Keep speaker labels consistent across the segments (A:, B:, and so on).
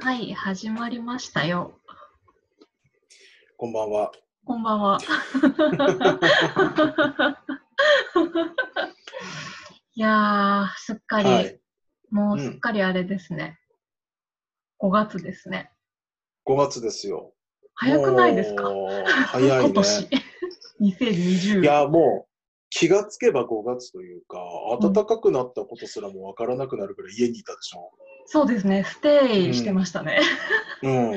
A: はい、始まりましたよ。
B: こんばんは。
A: こんば んは。いやー、すっかり、
B: はい
A: もう
B: うん
A: すっかりあれですね。5月ですね。
B: 5月ですよ。
A: 早くないですか
B: もう早
A: 今
B: い
A: 年
B: ね。。
A: 2020。
B: いや、もう気がつけば5月というか、暖かくなったことすらもわからなくなるぐらい家にいたでしょ。
A: そうですね、ステイしてましたね。
B: うん。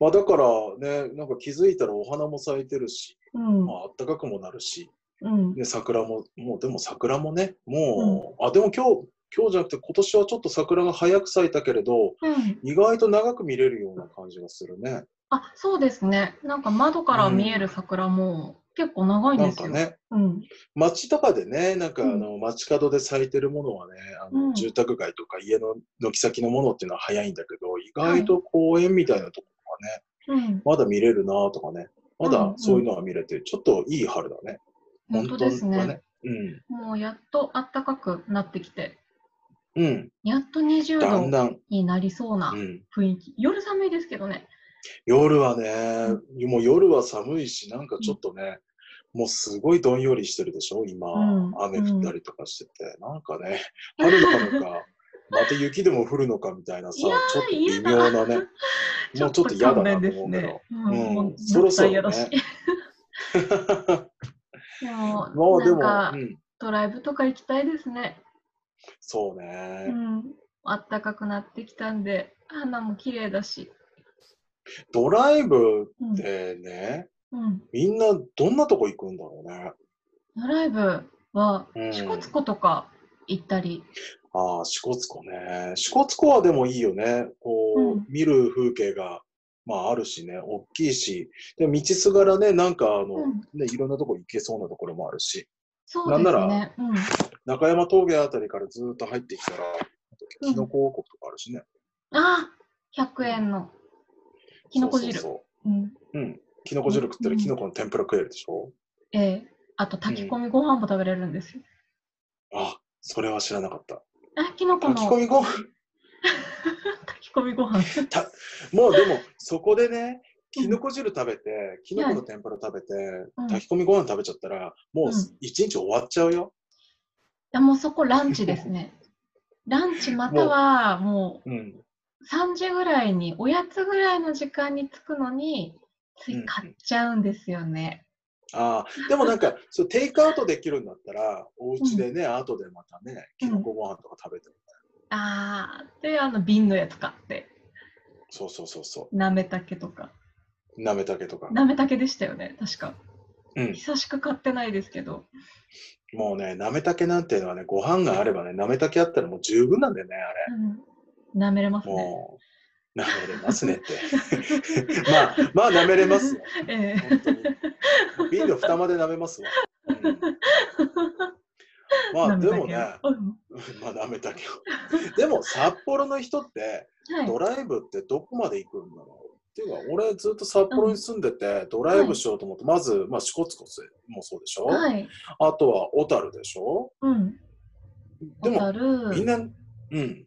B: まあだからね、なんか気づいたらお花も咲いてるし、
A: うん。
B: まあ暖かくもなるし、
A: うん。
B: ね、桜も、もうでも桜もね、もう、あ、でも今日、今日じゃなくて今年はちょっと桜が早く咲いたけれど、
A: うん、
B: 意外と長く見れるような感じがするね。
A: あ、そうですね。なんか窓から見える桜も結構長いん
B: な
A: で
B: ん
A: す
B: か
A: よ。
B: ね、
A: うん。
B: 街とかでね、なんかあ
A: うん
B: の街角で咲いてるものはね、あの
A: うん
B: 住宅街とか家の軒先のものっていうのは早いんだけど、意外と公園みたいなところはね、
A: うん。
B: まだ見れるなとかね、ま
A: うん
B: だ
A: うん
B: そういうのは見れて、ちょっといい春だね。
A: 本当ですね。
B: は。うん。
A: もうやっと暖かくなってきて、
B: うん。
A: やっと20
B: だ
A: 度
B: んだん、
A: になりそうな
B: うん。
A: 雰囲気。夜寒いですけどね。
B: 夜はね、もう夜は寒いし、なんかちょっとね、もうすごいどんよりしてるでしょ、今、
A: うん
B: 雨降ったりとかしてて、なんかね、春なのか、 また雪でも降るのかみたいなさ、ち
A: い
B: ょ
A: やー
B: っと微妙なね、もうちょっと嫌だなと思うけど。
A: うん
B: うん
A: もう
B: そろそろ
A: 絶対
B: ね
A: 嫌だ しでも、
B: もうでも、
A: なん
B: う
A: か
B: ん、
A: ドライブとか行きたいですね。
B: そう
A: う
B: ね、
A: ん。暖かくなってきたんで、花も綺麗だし。
B: ドライブ
A: うん
B: ってね、
A: うん。
B: みんなどんなとこ行くんだろうね。
A: ドライブは
B: うん、
A: 支笏湖とか行ったり、
B: ああ、支笏湖ね。支笏湖はでもいいよね。こう、
A: うん
B: 見る風景が、まああるしね、大きいし、で道すがらね、なんかあの、
A: うん
B: ね、いろんなとこ行けそうなところもあるし、
A: そうです
B: なんな
A: ね。うん。
B: 中山峠あたりからずーっと入ってきたら、あ
A: う
B: と
A: ん
B: キノコ王国とかあるしね。
A: あ100円のキノコ汁。
B: そうそう
A: う
B: そ
A: ん
B: ううん。キノコ汁食ったら
A: うん
B: キノコの天ぷら食えるでしょ、
A: ええあと炊き込みご飯も食べれるんですよ。
B: あ、それは知らなかった。
A: あ、きのこの
B: 炊き込みご飯、
A: 炊き込みご 飯。
B: もうでも、そこでね、キノコ汁食べて、キノコの天ぷら食べて、
A: うん
B: 炊き込みご飯食べちゃったら、もううん一日終わっちゃうよ。
A: あもうそこランチですね。ランチまたはも
B: うん。
A: う3時ぐらいに、おやつぐらいの時間に着くのに、つい買っちゃうんですよね。
B: ああ、でもなん か、そうテイクアウトできるんだったら、お家でね、後でまたね、きのこご飯とか食べて、
A: あー、で、あの瓶のやつ買って、
B: そうそうそうそ
A: なめたけとか。
B: う、なめたけとか。
A: なめたけでしたよね、確か。
B: うん。
A: 久しく買ってないですけど。
B: もうね、なめたけなんていうのはね、ご飯があればね、なめたけあったらもう十分なんだよね、あれ。
A: うん。なめれますね。
B: もう、なめれますねって。 まあ、まあ、なめれますよ。
A: ええ
B: 本当に。瓶の蓋まで舐めますわ。 うんまあでもね、
A: うん
B: まあ舐めたけど。でも札幌の人って
A: はい
B: ドライブってどこまで行くんだろうっていうか、俺ずっと札幌に住んでて、ドライブしようと思って、まず、まあ、支笏湖もそうでしょ、
A: はい。
B: あとは小樽でしょ
A: うん。
B: でも、
A: 小樽
B: みんな、うん、
A: え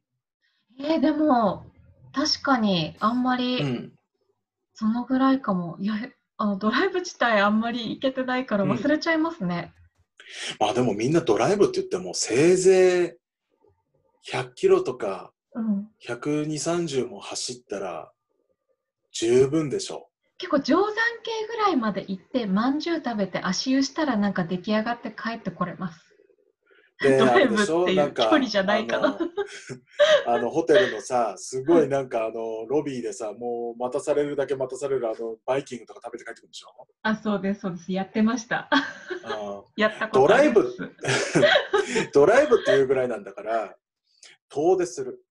A: ーでも、確かに、あんま
B: う
A: り、
B: ん、
A: そのぐらいかも。いや、あの、ドライブ自体あんまり行けてないから
B: うん
A: 忘れちゃいますね。
B: まあでもみんなドライブって言っても、せいぜい100キロとか、
A: うん。
B: 120、30も走ったら十分でしょ
A: 結構、定山系ぐらいまで行って、まんじゅう食べて、足湯したらなんか出来上がって帰ってこれます。
B: で
A: ドライ
B: あれ
A: ブ
B: でしょ
A: っていう
B: なんか
A: 距離じゃないかな
B: あの あのホテルのさすごいなんかあのロビーでさもう待たされるだけ待たされるあのバイキングとか食べて帰ってくるんでしょ
A: あ、そうです、そうです。やってました。
B: あ
A: やったことあります
B: ドードライブっていうぐらいなんだから遠出する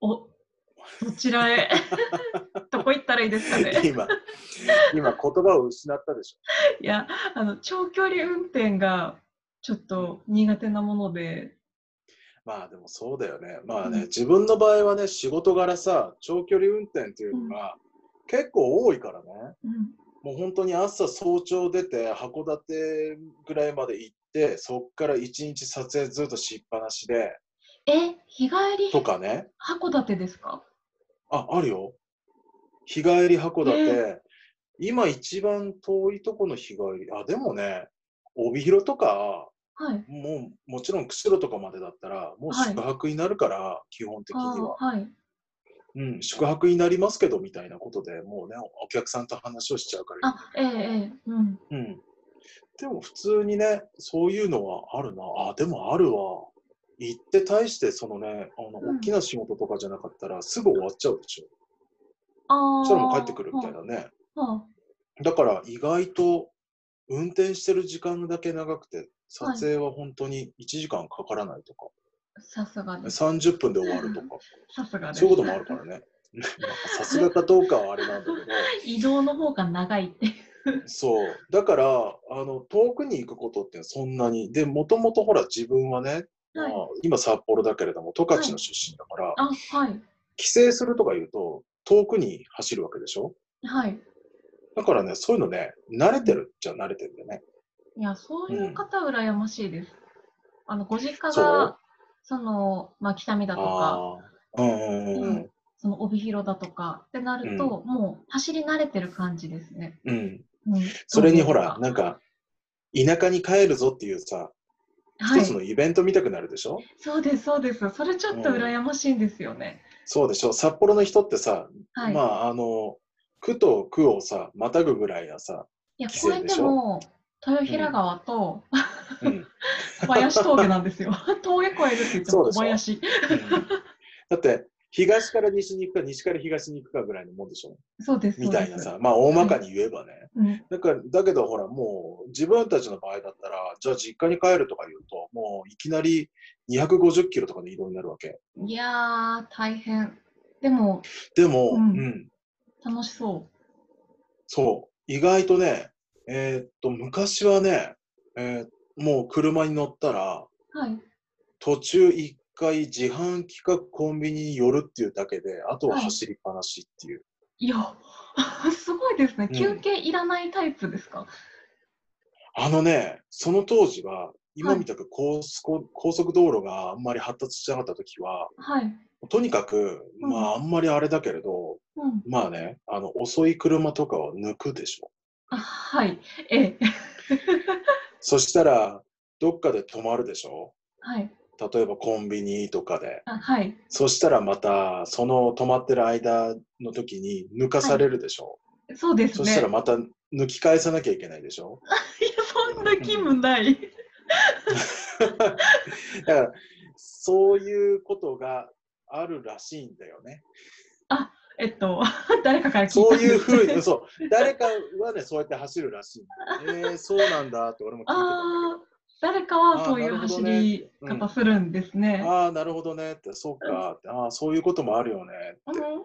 A: お、どちらへ どこ行ったらいいですかね。
B: 今今言葉を失ったでし
A: いや、あの長距離運転がちょっと苦手なもので、
B: ょまあでもそうだよねまあね、
A: うん
B: 自分の場合はね仕事柄さ長距離運転っていうのが結構多いからね、
A: うん、
B: もう本当に朝早朝出て函館ぐらいまで行ってそっから一日撮影ずっとしっぱなしで
A: え、日帰り
B: とかね
A: 函館ですか
B: あ、あるよ。日帰り函館、今一番遠いとこの日帰り、あ、でもね、帯広とか、
A: はい。
B: もうもちろん釧路とかまでだったら、もう宿泊になるから、基本的に
A: あ
B: は、
A: ーはい。
B: うん、宿泊になりますけどみたいなことでもうね、お客さんと話をしちゃうから、
A: あ、ええええうん。
B: うん。でも普通にね、そういうのはあるな。あ、でもあるわ。行って対して、そのね、あの、
A: うん
B: 大きな仕事とかじゃなかったら、すぐ終わっちゃうでしょ。
A: ああ。
B: そしたらもう帰ってくるみたいなね。
A: は
B: だから意外と、運転してる時間だけ長くて、撮
A: はい
B: 影は本当に1時間かからないとか、
A: あさすがです。
B: 30分で終わるとか、
A: さすがです。
B: そういうこともあるからね。 まあさすがかどうかはあれなんだけど。
A: 移動の方が長いって。
B: そう。だから、あの、遠くに行くことってそんなに。で、もともとほら、自分はね、
A: はい
B: まあ今札幌だけれども、十勝の出身だから、
A: あ、はい。
B: 帰省するとか言うと、遠くに走るわけでしょ
A: はい。
B: だからね、そういうのね、慣れてるっちゃ慣れてるんだよね。
A: いや、そういう方、羨ましいです。あの、ご実家
B: そう
A: が、その、まあ、北見だとか、
B: ああー。うんうんうん
A: その帯広だとかってなると、もう走り慣れてる感じですね。
B: うん。うん。
A: うん、
B: それに
A: ど
B: ほ
A: ういう
B: ら、なんか、田舎に帰るぞっていうさ、
A: かは
B: 一
A: い
B: つ、のイベント見たくなるでしょ、
A: そうです、そうです。それちょっと羨ましいんですよね。
B: そうでしょ札幌の人ってさ、
A: はい。
B: まあ、あの、区と区をさ、またぐぐらいなさ、
A: いや、
B: 帰省
A: こうやっ
B: でしてょ
A: も、豊平川と
B: うん。
A: 小林峠なん ですよ。峠越えるって言って
B: そう
A: も
B: でし
A: 小
B: ょ
A: 林。
B: うんだって東から西に行くか西から東に行くかぐらいのもんでしょ
A: そうです、
B: み
A: そうで
B: た
A: す。
B: いなさまあ大まかに言えばね、
A: うん。
B: だからだけどほらもう自分たちの場合だったらじゃあ実家に帰るとか言うともういきなり250キロとかの移動になるわけ
A: いやー、大変。でも、
B: でも、
A: う
B: うんん
A: 楽しそ
B: そう意外とねえーっと昔はね、えーもう車に乗ったら
A: う。はい。
B: 途中一回自販機かコンビニに寄るっていうだけであとは走りっぱなしっていう、
A: いや、 すごいですね
B: う。ん
A: 休憩いらないタイプですか。
B: あのね、その当時は、今みたく高速高速道路があんまり発達してなかった時は、
A: はい。
B: とにかく、
A: うん
B: まああんまりあれだけれど、
A: うん。
B: まあね、あの、遅い車とかを抜くでしょ。
A: あはい。ええ。
B: そしたら、どっかで止まるでしょ。
A: はい。
B: 例えばコンビニとかで。
A: あはい。
B: そしたらまた、その止まってる間の時に抜かされるでしょ。
A: そうです
B: そ
A: ね。
B: したら
A: い
B: また抜き返さなきゃいけないでしょ。
A: や、そんな気分ない。
B: だから、そういうことがあるらしいんだよね。
A: えっと、 誰かから聞いた
B: そういう
A: ふ
B: ふうに、そう、誰かはね、そうやって走るらしい。えー、そうなんだって俺も聞い て
A: ああ、誰かはそういう
B: あーなるほ
A: 走
B: どね
A: り
B: うん
A: 方するんですね。
B: た。ああ、なるほどねって、そっかって、ああ、そういうこともあるよねって。
A: うん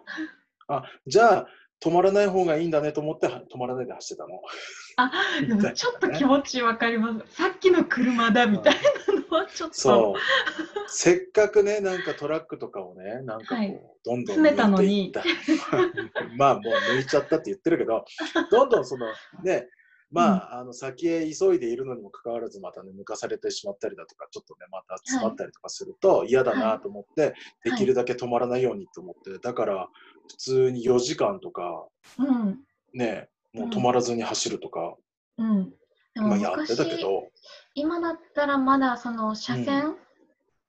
B: あ、じゃあ、止まらない方がいいんだねと思って、は止まらないで走ってたの。
A: あ、でもちょっと気持ちわかります。さっきの車だみたいなのはちょっと
B: そう。せっかくね、なんかトラックとかをね、なんかこう、
A: はい
B: どんどん
A: 詰めたの
B: 抜
A: に
B: いていった。 まあ、もう抜いちゃったって言ってる けど、どんどんその、ね、まあ、あの先へ急いでいるのにもかかわらずまたね抜かされてしまったりだとかちょっとねまた詰まったりとかすると嫌だなと思って、できるだけ止まらないようにと思ってだから普通に4時間とか
A: うん
B: ねもう止まらずに走るとか、
A: うん。で
B: ま
A: も
B: あやって
A: 昔
B: たけど、
A: 今だったらまだその車線、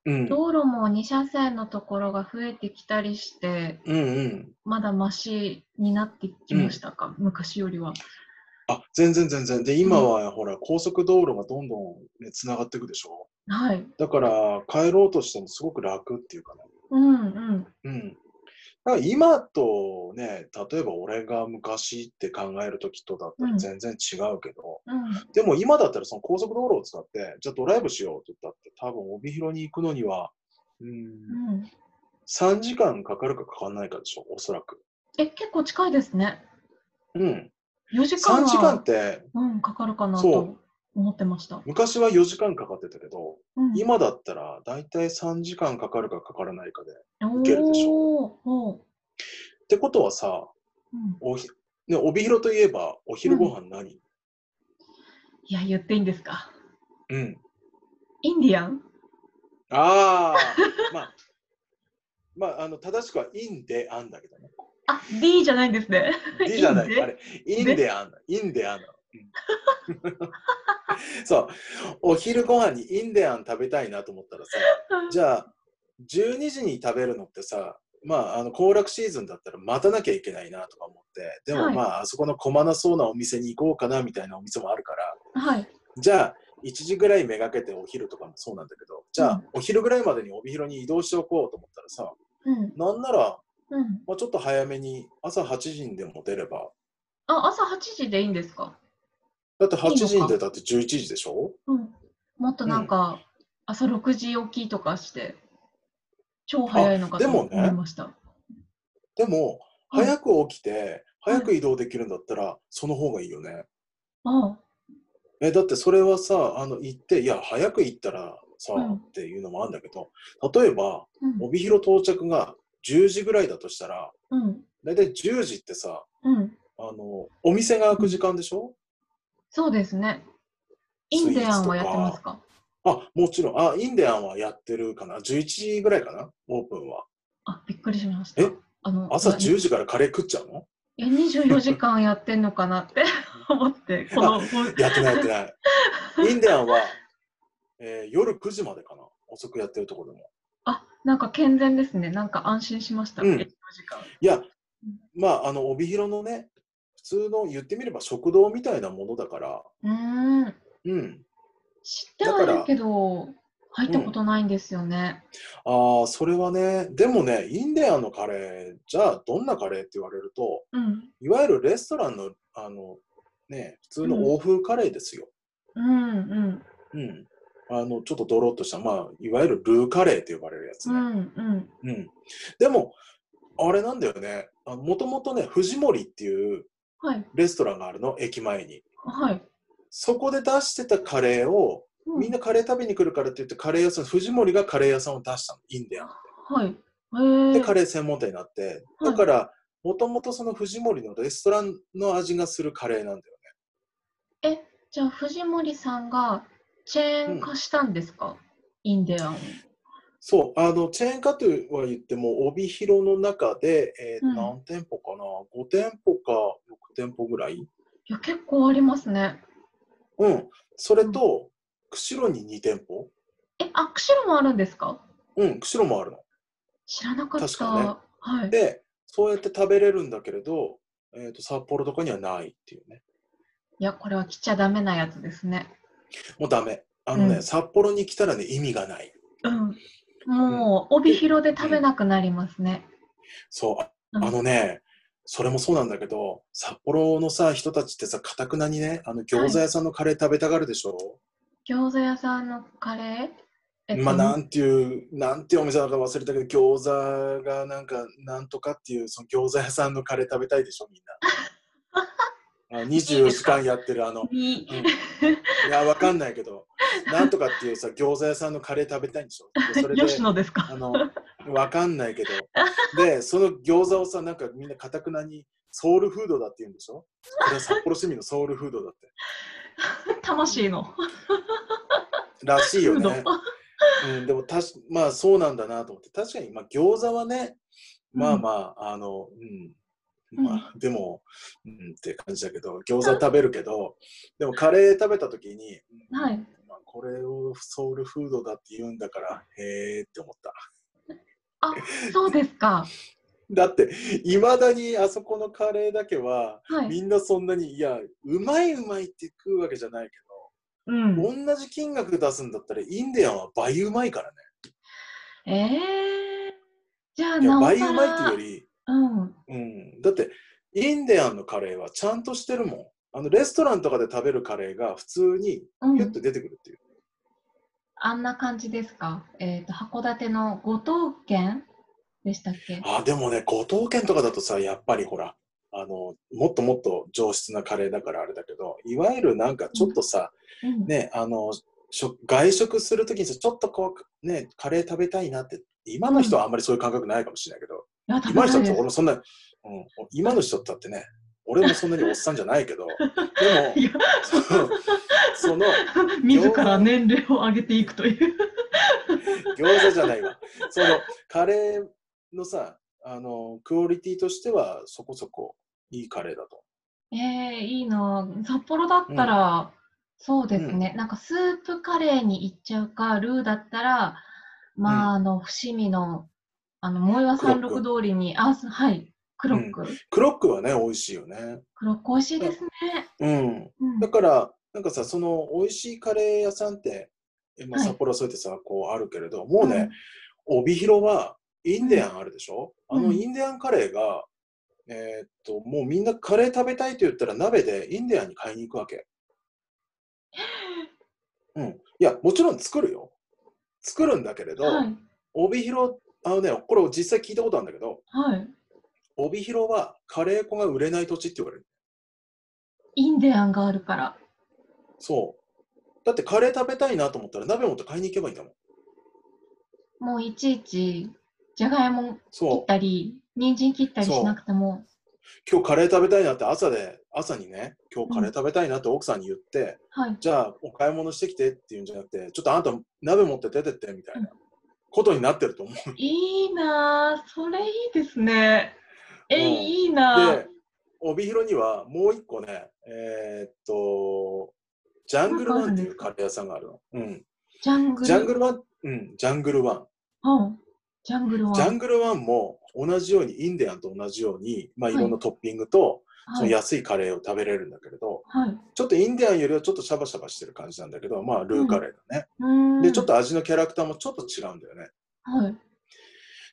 B: うん、
A: 道路も2車線のところが増えてきたりして
B: うんうん
A: まだマシになってきましたか、昔よりは。
B: あ全然全然で今はほら高速道路がどんどんねつながっていくでしょ
A: はい。
B: だから帰ろうとしてもすごく楽っていうかね
A: うんうん。
B: うん。だから今とね、例えば俺が昔って考えるときとだった
A: うん
B: ら全然違うけど、
A: うん、
B: でも今だったらその高速道路を使って、じゃあドライブしようって言ったって、多分帯広に行くのには、うん、
A: うん、
B: 3時間かかるかかかんないかでしょ、おそらく。
A: え結構近いですね。
B: うん。
A: 4時間
B: 3時間
A: は
B: って、
A: うん、かかるかなと
B: そ
A: 思ってました。
B: 昔は4時間かかってたけど、
A: うん、
B: 今だったら大体3時間かかるかかからないかで。っ
A: お
B: いけるでし
A: ょ。おー
B: てことはさ、
A: うん、
B: おひね、帯広といえばお昼ご飯何、
A: いや言っていいんですか。
B: うん、
A: インディアン
B: ああ、まあ、まあ、あの正しくはインであんだけどね。
A: あ、D じゃないんですね。
B: D じゃない、
A: インで
B: あれ。インであんだ。インであんだ。 うんそう。お昼ご飯にインデアン食べたいなと思ったらさ、じゃあ、12時に食べるのってさ、まあ、あの、行楽シーズンだったら待たなきゃいけないなとか思って、でも
A: はい
B: まあ、あそこの困なそうなお店に行こうかなみたいなお店もあるから、
A: はい。
B: じゃあ、1時ぐらいめがけてお昼とかもそうなんだけど、じゃあ、お昼ぐらいまでに帯広に移動しておこうと思ったらさ、
A: うん。
B: なんなら、
A: うん。
B: まあ、ちょっと早めに朝8時にでも出れば、
A: あ、朝8時でいいんですか
B: だって8時
A: いいの
B: に
A: か
B: 出たって11時でしょ
A: うん。もっとなんか、朝6時起きとかして、超早いのかと
B: あでも
A: 思
B: ね
A: いました。
B: でも、
A: はい
B: 早く起きて、早く移動できるんだったら、その方がいいよね。
A: あ
B: え、だってそれはさ、あの、行って、いや、早く行ったらさ、
A: うん
B: っていうのもあるんだけど、例えば、
A: うん。
B: 帯広到着が10時ぐらいだとしたら、
A: うん。
B: だいたい10時ってさ、
A: うん。
B: あの、お店が開く時間でしょ
A: そうですね。インデアンはやってますか
B: あ、もちろん。あ、インデアンはやってるかな。11時ぐらいかな、オープンは。
A: あ、びっくりしました
B: え。
A: あの
B: 朝
A: まあ
B: 10時からカレー食っちゃうの
A: え、24時間やってんのかなって 思って、この、
B: やってないやって ない。インデアンは、えー夜9時までかな。遅くやってるとこでも。
A: あ、なんか健全ですね。なんか安心しました。
B: うん
A: 営業時間。
B: いや、まあ、あの、帯広のね、普通の言ってみれば食堂みたいなものだから、
A: うーん。
B: うん。
A: 知ってはいるけど、入ったことないんですよね。
B: ああ、それはね、でもね、インデアンのカレー、じゃあどんなカレーって言われると、
A: うん。
B: いわゆるレストランの、あの、ね、普通の欧風カレーですよ。
A: うんうん。
B: うん。あの、ちょっとドロッとした、まあ、いわゆるルーカレーって呼ばれるやつ
A: う
B: ね。
A: んうん。
B: うん。でも、あれなんだよね。あのもともとね、藤森っていう
A: はい。
B: レストランがあるの、駅前に。
A: はい。
B: そこで出してたカレーを、
A: う
B: みんなカレー食べに来るからって言って、カレー屋さん、藤森がカレー屋さんを出したの、インデアン。
A: はい。へ
B: で、
A: え。
B: カレー専門店になって、
A: はい
B: だから、もともとその藤森のレストランの味がするカレーなんだよね。
A: じゃあ、藤森さんがチェーン化したんですかインデアンを。
B: そう、あの、チェーン化とは言っても、帯広の中で、えー
A: うん
B: 何店舗かな、5店舗か6店舗ぐらい。
A: いや、結構ありますね。
B: うん。それと、釧路に2店舗。
A: え、あ、釧路もあるんですか
B: うん、釧路もあるの。
A: 知らなかった。
B: 確かね
A: はい。
B: で、そうやって食べれるんだけれど、えっ、と、札幌とかにはないっていうね。
A: いや、これは来ちゃダメなやつですね。
B: もうダメ。あのね、
A: うん
B: 札幌に来たらね、意味がない。
A: うん。もう、帯広で食べなくなりますね。
B: そう、あ
A: うん
B: あのね、それもそうなんだけど、札幌のさ、人たちってさ、かたくなにね、あの、餃子屋さんのカレー食べたがるでしょ、
A: 餃子屋さんのカレー、えっと
B: まあ、なんていう、なんていうお店だか忘れたけど、餃子がなんか、なんとかっていう、その餃子屋さんのカレー食べたいでしょ、みんな。あ24時間やってる、あの、
A: いい
B: うんいや、わかんないけど、なんとかっていうさ、餃子屋さんのカレー食べたいんでしょでそれで、
A: 吉野ですか
B: あの、わかんないけど。で、その餃子をさ、なんかみんなかたくなにソウルフードだって言うんでしょこれは札幌市民のソウルフードだって。
A: 魂の。
B: らしいよ
A: フ
B: ね
A: ー。ド
B: うん、でもたし、まあそうなんだなと思って。確かに、まあ餃子はね、まあまあ、あの、うん。まあ、でも、うんって感じだけど、餃子食べるけど、でもカレー食べた時に、うん
A: はい。
B: まあ、これをソウルフードだって言うんだから、へーって思った。
A: あ、そうですか。
B: だって、いまだにあそこのカレーだけは、
A: はい。
B: みんなそんなに、いや、うまいうまいって食うわけじゃないけ
A: うん。
B: ど、同じ金額出すんだったら、インディアンは倍うまいからね。
A: ええじゃあ、
B: いや、
A: なお
B: 倍
A: さ
B: うまいっていう
A: ら
B: よ。り、
A: うん。
B: うん、だって、インディアンのカレーはちゃんとしてるもん。あの、レストランとかで食べるカレーが普通に、
A: う
B: ピュッ
A: ん。
B: と出てくるっていう。
A: あんな感じですか。えっ、と、函館の五島県でしたっけ
B: あ、でもね、五島県とかだとさ、やっぱりほら、あの、もっともっと上質なカレーだからあれだけど、いわゆるなんかちょっとさ、
A: うん。
B: ね、あの、食外食するときにさちょっとこう、ね、カレー食べたいなって、今の人はあんまりそういう感覚ないかもしれないけど、
A: いや、食べ
B: 今の
A: た
B: 人
A: い
B: だ
A: で
B: と俺
A: す。
B: もそんな、うん、今の人だってね、俺もそんなにおっさんじゃない けど、で
A: い
B: も、
A: や、
B: その、
A: 自ら年齢を上げていくという。
B: 餃子じゃないわ。その、カレーのさ、あの、クオリティとしてはそこそこいいカレーだと。
A: ええいいなぁ。札幌だったら、そうですね、なんかスープカレーに行っちゃうか、ルーだったら、まあ、あの、伏見の、あの、萌岩三六
B: ク
A: 通りに、あ、すはい、クロック。
B: クロックはね、美味しいよね。
A: クロック美味しいですね。
B: うん。
A: うん
B: だから、なんかさ、その美味しいカレー屋さんって、えまあ、
A: はい
B: 札幌はそうやってさ、こうあるけれど、もうね、帯広はインディアンあるでしょ、
A: うん
B: あ
A: う
B: の
A: ん
B: インディアンカレーが、えーっと、もうみんなカレー食べたいと言ったら鍋でインディアンに買いに行くわけ。うん。いや、もちろん作るよ。作るんだけれど、
A: うんはい、
B: 帯広、あのね、これ実際聞いたことあるんだけど、
A: はい。
B: 帯広はカレー粉が売れない土地って言われる。
A: インディアンがあるから。
B: そう。だってカレー食べたいなと思ったら鍋持って買いに行けばいいんだもん。
A: もういちいち、じゃがいも切
B: そ
A: ったり、人参切ったりしなくても、
B: う。今日カレー食べたいなって朝で、朝にね、今日カレー食べたいなって奥さんに言って、
A: はい。
B: じゃあお買い物してきてっていうんじゃなくて、ちょっとあんた鍋持って出てってみたいなことになってると思う。
A: いいなぁ。それいいですね。え、
B: うん
A: いいな
B: で
A: ぁ。、
B: 帯広にはもう一個ね、えーっと、ジャングルワンっていうカレー屋さんがあるの。うん。
A: ジャングル。
B: ジャングルワン、うん、ジャングルワン。
A: うんジャングルは。
B: ジャングルワンも同じように、インディアンと同じように、まあ、い
A: はい
B: ろんなトッピングと、
A: は
B: その
A: い。
B: 安いカレーを食べれるんだけれど、
A: はい。
B: ちょっとインディアンよりはちょっとシャバシャバしてる感じなんだけど、まあ、ルーカレーだね。
A: うーん
B: で、ちょっ。と味のキャラクターもちょっと違うんだよね。
A: はい。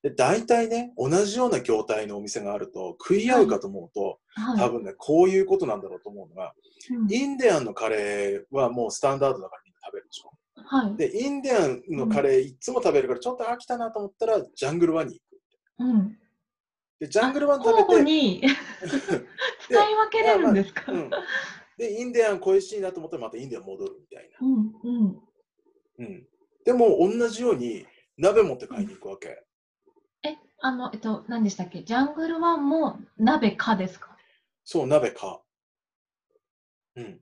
B: で、大体ね、同じような業態のお店があると、食い合うかと思うと、
A: はい。
B: 多分ね、こういうことなんだろうと思うのが、
A: うん
B: インディアンのカレーはもうスタンダードだからみんな食べるでしょ。
A: はい。
B: で、インディアンのカレーいつも食べるから、ちょっと飽きたなと思ったら、ジャングルワンに行く。
A: うん。
B: で、ジャングルワン食べ
A: 交
B: て、
A: 互 に使い分けれるんですか
B: う。ん、でインディアン恋しいなと思ったらまたインディアン戻るみたい
A: うん。うん。
B: な、うん、でも同じように鍋持って買いに行くわけ
A: え、あの、えっと、何でしたっけ。ジャングルワンも鍋かですか。
B: そう鍋かうん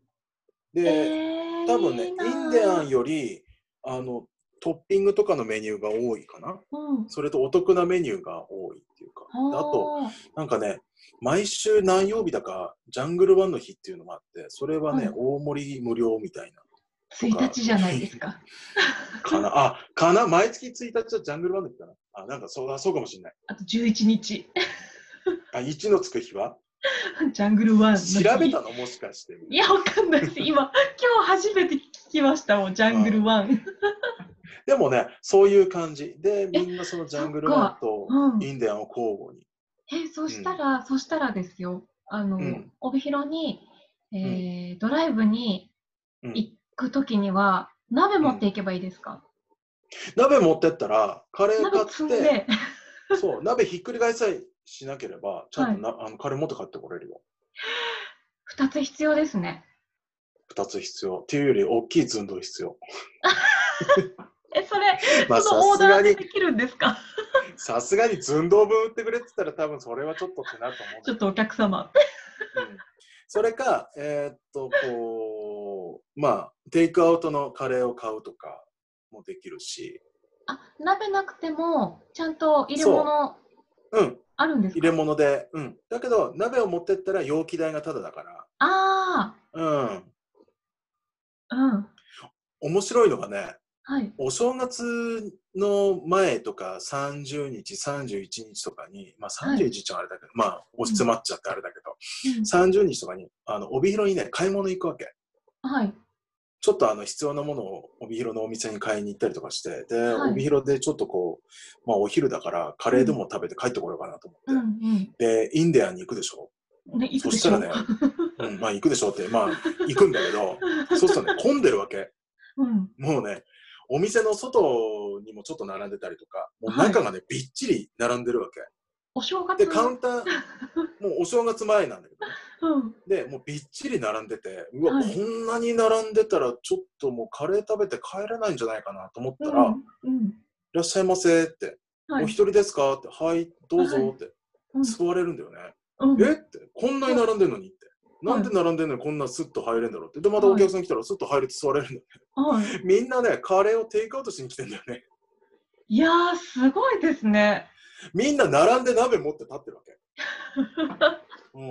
B: で、
A: えー
B: 多分ね
A: い
B: イ
A: い
B: ン
A: なぁ
B: ディアンよりあのトッピングとかのメニューが多いかな
A: うん。
B: それとお得なメニューが多いっていうかであと
A: は
B: なんかね毎週何曜日だかジャングルワンの日っていうのがあってそれはね、
A: うん
B: 大盛り無料みたいな
A: ー1日じゃないですか。
B: かなあ、かな毎月1日はジャングルワンだったな。あ、なんかそう、あそうかもしれない。
A: あと11日。
B: あ、1のつく日は
A: ジャングルワンの日。
B: 調べたのもしかして。
A: いや、わかんないです。今、今日初めて聞きましたもん、ジャングルワン。
B: でもね、そういう感じ。で、みんなそのジャングルワンと
A: うん。
B: インディアンを交互に。
A: え、そしたら、そしたらですよ、あの、
B: うん
A: 帯広に、えードライブに
B: うん
A: 行くときには、鍋持っていけばいいですか、
B: 鍋持ってったら、カレー
A: 鍋
B: 買
A: 積ん
B: っ
A: で
B: て、、そう、鍋ひっくり返さえしなければ、ちゃんとな、あのカレー持って帰ってこれるよ。
A: 2つ必要ですね。
B: 2つ必要。っていうより、大きい寸胴必要。
A: え、 それ、
B: まあ、
A: そ
B: さ
A: のオー
B: す
A: ダ
B: が
A: ーで
B: に、
A: できるんですか
B: さすがに寸胴分売ってくれって言ったら、多分それはちょっとってなると思うんだけど
A: ちょっとお客様。
B: うんそれか、えーっと、こう、まあ、テイクアウトのカレーを買うとかもできるし、
A: あ、鍋なくても、ちゃんと入れ物
B: うん、
A: あるんです
B: 入
A: か
B: れ物で、うん。だけど、鍋を持ってったら容器代がタダだか
A: あ
B: ら、うん。
A: あ、うん。
B: 面白いのがね、
A: はい。
B: お正月の前とか30日、31日とかに、まあ
A: はい
B: 31日はあれだけど、まあ落ち詰まっちゃってあれだけど、
A: うん
B: 30日とかに、あの、帯広にね、買い物行くわけ。
A: はい。
B: ちょっとあの必要なものを帯広のお店に買いに行ったりとかして、で、
A: はい
B: 帯広でちょっとこう、まあお昼だからカレーでも食べて帰ってこようかなと思
A: う
B: っ
A: ん
B: て、で、インディアンに行くでしょ
A: うん。ね、いく
B: そ
A: で
B: し
A: したょ
B: ら
A: う。
B: ね、うん、まあ行くでしょうって、まあ行くんだ けど、そうするとね、混んでるわけ。
A: うん。
B: もうね、お店の外にもちょっと並んでたりとか、もう
A: はい
B: 中がね、びっちり並んでるわけ。
A: お正
B: で、
A: 月
B: カウン ター、もうお正月前なんだけどね、
A: うん。
B: で、もうびっちり並んでて、うわ、
A: はい
B: こんなに並んでたら、ちょっともうカレー食べて帰れないんじゃないかなと思ったら、
A: う
B: い
A: ん。うん。
B: らっしゃいませって、
A: は
B: お
A: い
B: 一。人ですかって、はい、どうぞって、
A: うん
B: 座れるんだよね。
A: うん
B: えって、こんなに並んでんのにって。なんで並んでんのにこんなスッと入れるんだろうって。で、またお客さん来たらスッと入れて座れるんだよ。
A: はい。
B: みんなね、カレーをテイクアウトしに来てんだよね。
A: いやー、すごいですね。
B: みんな並んで鍋持って立ってるわけ。うん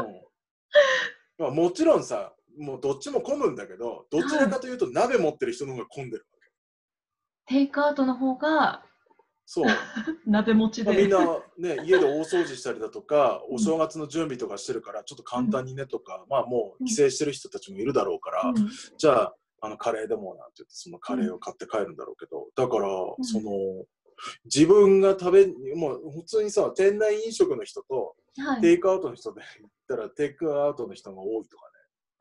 B: まあ、もちろんさ、もうどっちも混むんだけど、どちらかというと鍋持ってる人の方が混んでるわけ。
A: テイクアウトの方が
B: そう。
A: 鍋持ち
B: まあ、
A: で。
B: みんなね、家で大掃除したりだとか、お正月の準備とかしてるから、ちょっと簡単にねとか、まあもう帰省してる人たちもいるだろうから、
A: うん
B: じゃあ、あのカレーでもなんて言って、そのカレーを買って帰るんだろうけど、だから、
A: ん
B: その、自分が食べ、もう普通にさ、店内飲食の人と、
A: はい、
B: テイクアウトの人で言ったら、テイクアウトの人が多いとか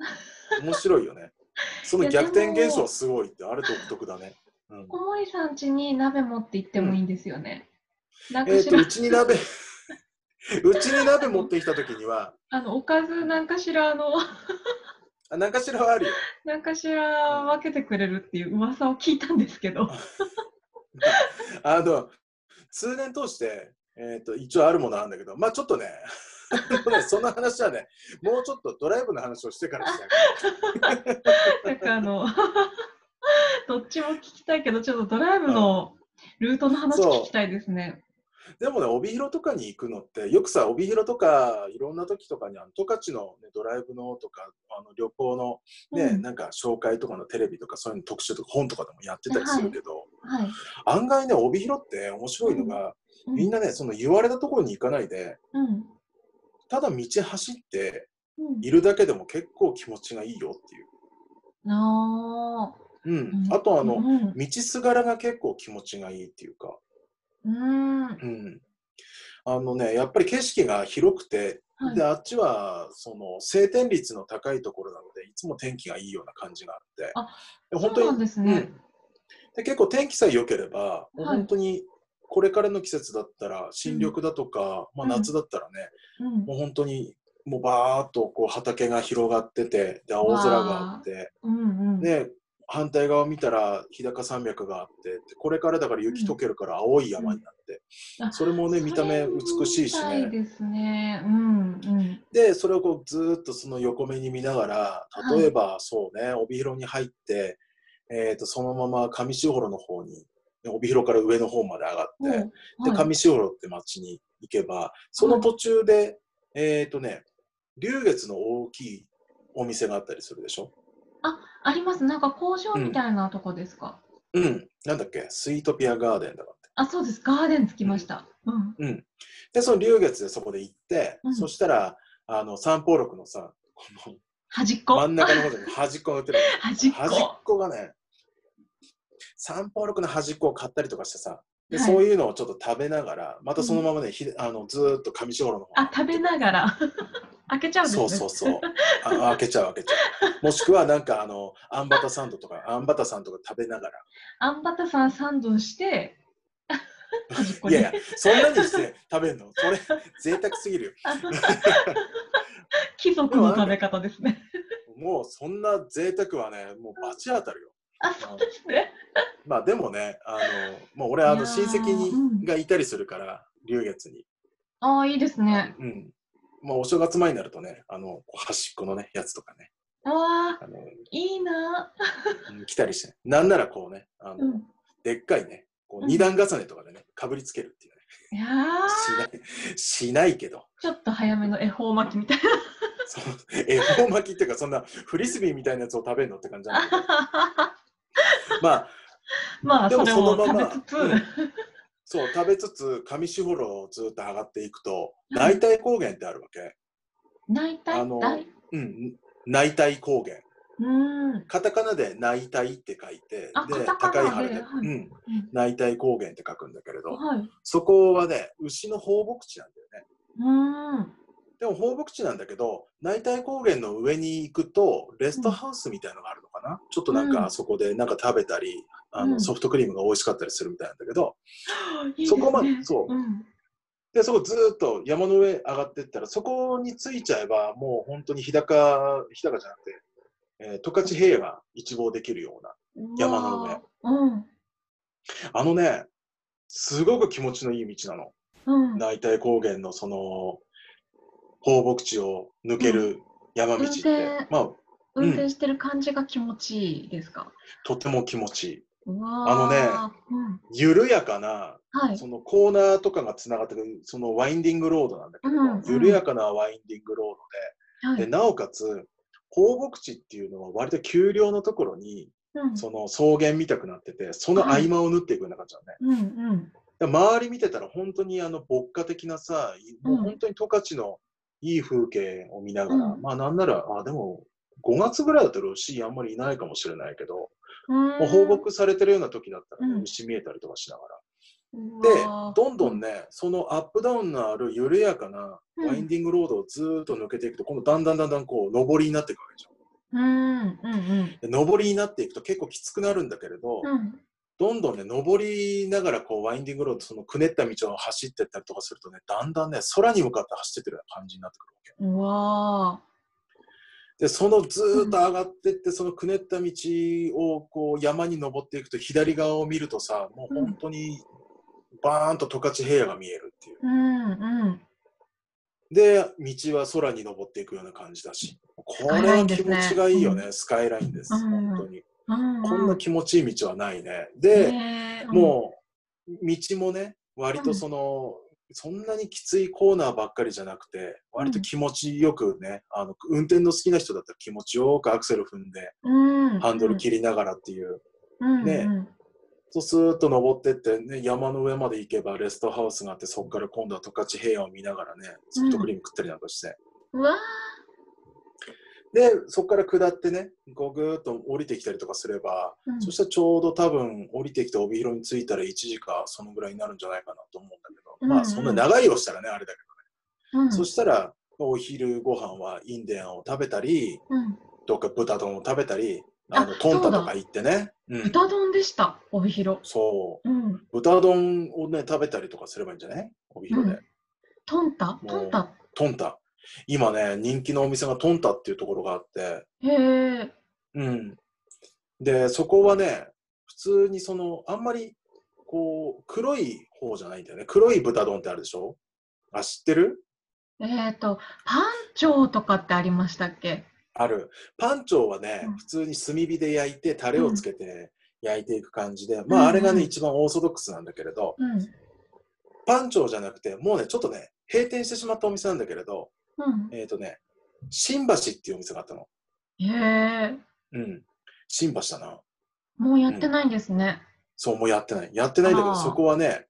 B: ね。面白いよね。その逆転現象はすごいって、あれ独特だね。うん
A: 小森さん家に鍋持って行ってもいいんですよね。なん
B: え
A: か
B: っ
A: し
B: と、
A: ら、
B: うちに鍋、 うちに鍋持ってきたときには、
A: あのおかずなんかしらあの
B: あ何かしらはあるよ。
A: なんかしら分けてくれるっていう噂を聞いたんですけど。
B: あの、通年通して、えっ、と、一応あるものなんだけど、まあちょっとね、 その話はね、もうちょっとドライブの話をしてからしない
A: なんかあの どっちも聞きたいけどちょっとドライブのルートの話聞きたいですね。
B: でもね、帯広とかに行くのって、よくさ、帯広とか、いろんな時とかに、あの十勝の、ね、ドライブのとか、あの旅行の、ね
A: うん
B: なんか紹介とかのテレビとか、そういうの特集とか、本とかでもやってたりするけど、
A: はい。
B: 案外ね、帯広って面白いのが、
A: うん
B: みんなね、その言われたところに行かないで、
A: うん。
B: ただ道走って
A: うん
B: いるだけでも結構気持ちがいいよっていう。
A: あ
B: うん
A: ーうん
B: あとあの、
A: うん
B: 道すがらが結構気持ちがいいっていうか、
A: うん。は
B: うん、あのねやっぱり景色が広くて、
A: い
B: であっちはその晴天率の高いところなのでいつも天気がいいような感じがあって
A: あ
B: で
A: そ
B: 本
A: う
B: 当
A: なん
B: に
A: ですね。
B: うんで結構天気さえ良ければ、もう
A: はい
B: 本当にこれからの季節だったら新緑だとか、まあ、夏だったらね、
A: うん。
B: もう本当にもうバーっとこう畑が広がっててで青空があって。
A: うんうん。
B: ね、反対側見たら日高山脈があってでこれからだから雪解けるから青い山になって、
A: うんあ
B: それもね見た目美しいし
A: それみ
B: ね
A: たいですね。うんうん。
B: でそれをこうずーっとその横目に見ながら例えば、そうね帯広に入って、えー、とそのまま上士幌の方にね帯広から上の方まで上が
A: もう
B: って、
A: はい
B: で上士幌って町に行けばその途中で、えっ、とね龍月の大きいお店があったりするでしょ
A: あります。なんか工場みたいなとこですか。
B: うん、なんだっけスイートピアガーデンだから。
A: あ、そうです。ガーデンつきました。うん。
B: うん、でその龍月でそこで行って、
A: うん
B: そしたらあの三宝六のさこの
A: 端っ
B: 真
A: こ。
B: ん中の方に端っこが売ってる
A: 端っこ。
B: 端っこがね三宝六の端っこを買ったりとかしてさで、
A: はい
B: そういうのをちょっと食べながらまたそのままね、ひあのずーっと上士幌の方
A: あ、食べながら。 開けちゃうんです
B: そ
A: ね。
B: うそうそうあ開けちゃう開けちゃうもしくはなんかあのあんバタサンドとかあんバタさんとか食べながら
A: あんバタさんサンド して、端っこ
B: い
A: に。
B: やいやそんなにして食べるのそれ贅沢すぎるよ
A: 貴族の食べ方ですね。
B: もうそんな贅沢はねもう罰当たるよ
A: あ、そうですね。
B: まあでもね、あの、もう俺、あ
A: いやー
B: の、親戚
A: うん
B: に、がいたりするから、龍月に。
A: ああ、いいですね。
B: うん。まあ、お正月前になるとね、あの、こう端っこのね、やつとかね、
A: ああ、
B: あの、
A: いいな
B: うん来たりして、なんならこうね、あ
A: ー。
B: の、
A: うん。
B: でっかいね、
A: う
B: こう、
A: ん
B: 二段重ねとかでね、かぶりつけるっていうね。
A: いやー
B: しない、しないけど、
A: ちょっと早めの恵方巻きみたい
B: その、恵方巻きっていうか、そんな、フリスビーみたいなやつを食べるのって感じなんだけど、
A: な。
B: まあ、
A: まあ、
B: で
A: そ
B: も
A: れ
B: その
A: を
B: ま
A: 食
B: ま
A: べつつ、
B: うんそう、食べつつ、上士幌をずっと上がっていくと、
A: うん
B: 内体高原ってあるわけ。
A: 内
B: あ
A: 体
B: の
A: 大う
B: うん、内体高原。
A: ーん。
B: カタカナで内体って書いて、
A: あ
B: で、
A: カタ
B: 高
A: カナで
B: い原で、
A: はい
B: うん、内体高原って書くんだけれど、
A: はい。
B: そこはね、牛の放牧地なんだよね。
A: うーん。
B: でも放牧地なんだけど、内体高原の上に行くと、レストハウスみたいのがあるのかな、ちょっとな
A: う
B: ん
A: ん
B: かそこでなんか食べたり、あ
A: う
B: の
A: ん
B: ソフトクリームが美味しかったりするみたいなんだけど、
A: いいですね、
B: そこまで、そう
A: う。ん。
B: で、そこずーっと山の上上がってったら、そこに着いちゃえば、もう本当に日高、日高じゃなくて、えー十勝平野が一望できるような、山の上
A: うわ
B: あのね、すごく気持ちのいい道なの。
A: ー。うん。うん。
B: 内体高原のその、放牧地を抜ける山道って、
A: 運転
B: まあ、
A: 運転してる感じが気持ちいいですか、
B: とても気持ちいい。
A: うわー
B: あ
A: うん
B: 緩やかな、
A: はい。
B: そのコーナーとかがつながってくる、そのワインディングロードなんだけど、
A: うんうん
B: 緩やかなワインディングロー
A: は
B: ドで、
A: い
B: で、なおかつ、放牧地っていうのは割と丘陵のところに、
A: うん
B: その草原みたくなってて、その合間を縫っていくような感じだね。
A: うんうん。
B: で周り見てたら本当にあの牧歌的なさ、いもう本当に十勝のいい風景を見ながら、
A: うん
B: まあなんなら、あ、でも5月ぐらいだったら牛あんまりいないかもしれないけど、
A: う
B: もう
A: ーん
B: 放牧されてるような時だったらね、
A: うん
B: 牛見えたりとかしながら。
A: う
B: で
A: わー、
B: どんどんね、そのアップダウンのある緩やかな
A: うん
B: ワインディングロードをずーっと抜けていくと、今度だんだんだんだんこう、上りになっていくわけじ
A: うんうんうん。
B: ゃん。で上りになっていくと結構きつくなるんだけれど、
A: うん
B: どんどんね、上りながらこう、ワインディングロード、そのくねった道を走ってったりとかするとね、だんだんね、空に向かって走ってってるような感じになってくるわけ。
A: うわ
B: で、そのずーっと上がってって、そのくねった道をこう、山に登っていくと、左側を見るとさ、もう本当に、バーンと十勝平野が見えるっていう。
A: ーうんうん。
B: で、道は空に登っていくような感じだし、これは気持ちがいいよね、スカイラインです、
A: うん
B: 本当に。
A: うんうん
B: こんな気持ちいい道はないね。で、
A: へー
B: もう、道もね、割とその、そんなにきついコーナーばっかりじゃなくて、割と気持ちよくね、あの、運転の好きな人だったら気持ちよくアクセル踏んで、
A: うん、うん
B: ハンドル切りながらっていう、
A: うん
B: ね
A: うん
B: そうスーッと登ってって、ね、山の上まで行けばレストハウスがあって、そこから今度は十勝平野を見ながらね、ソフトクリーム食ったりなんかして、
A: うわ
B: で、そこから下ってね、こうぐーっと降りてきたりとかすれば、
A: ーうん
B: そしたらちょうど多分降りてきて帯広に着いたら1時かそのぐらいになるんじゃないかなと思うんだけど、
A: うんうん
B: まあそんな長いをしたらねあれだけ
A: うん
B: ど、そしたらお昼ご飯はインディアンを食べたり
A: うん
B: どっか豚丼を食べたりあの
A: あ
B: トン
A: そ
B: タ
A: う
B: と
A: だ
B: か行ってねうん
A: 豚丼でした、帯広。
B: そ
A: うん。
B: う豚丼をね食べたりとかすればいいんじゃない帯広で、
A: うんトンタ
B: う
A: トンタ
B: トンタ今ね人気のお店がトンタっていうところがあって
A: へえ。
B: うん。で、そこはね、普通にその、あんまり、こう、黒い方じゃないんだよね。黒い豚丼ってあるでしょあ、知ってる
A: えっと、パンチョーとかってありましたっけ
B: ある。パンチョはね、
A: うん
B: 普通に炭火で焼いて、タレをつけて焼いていく感じで、まあ、あれが
A: うんう
B: ね、
A: ん
B: 一番オーソドックスなんだけれど、
A: うん。
B: パンチョじゃなくて、もうね、ちょっとね、閉店してしまったお店なんだけれど、
A: うん。
B: えっ、とね、新橋っていうお店があったの。
A: へえ。
B: うん。新橋だな。
A: もうやってないんですね。
B: そう、もうやってない。やってないんだけど、
A: あー
B: そこはね、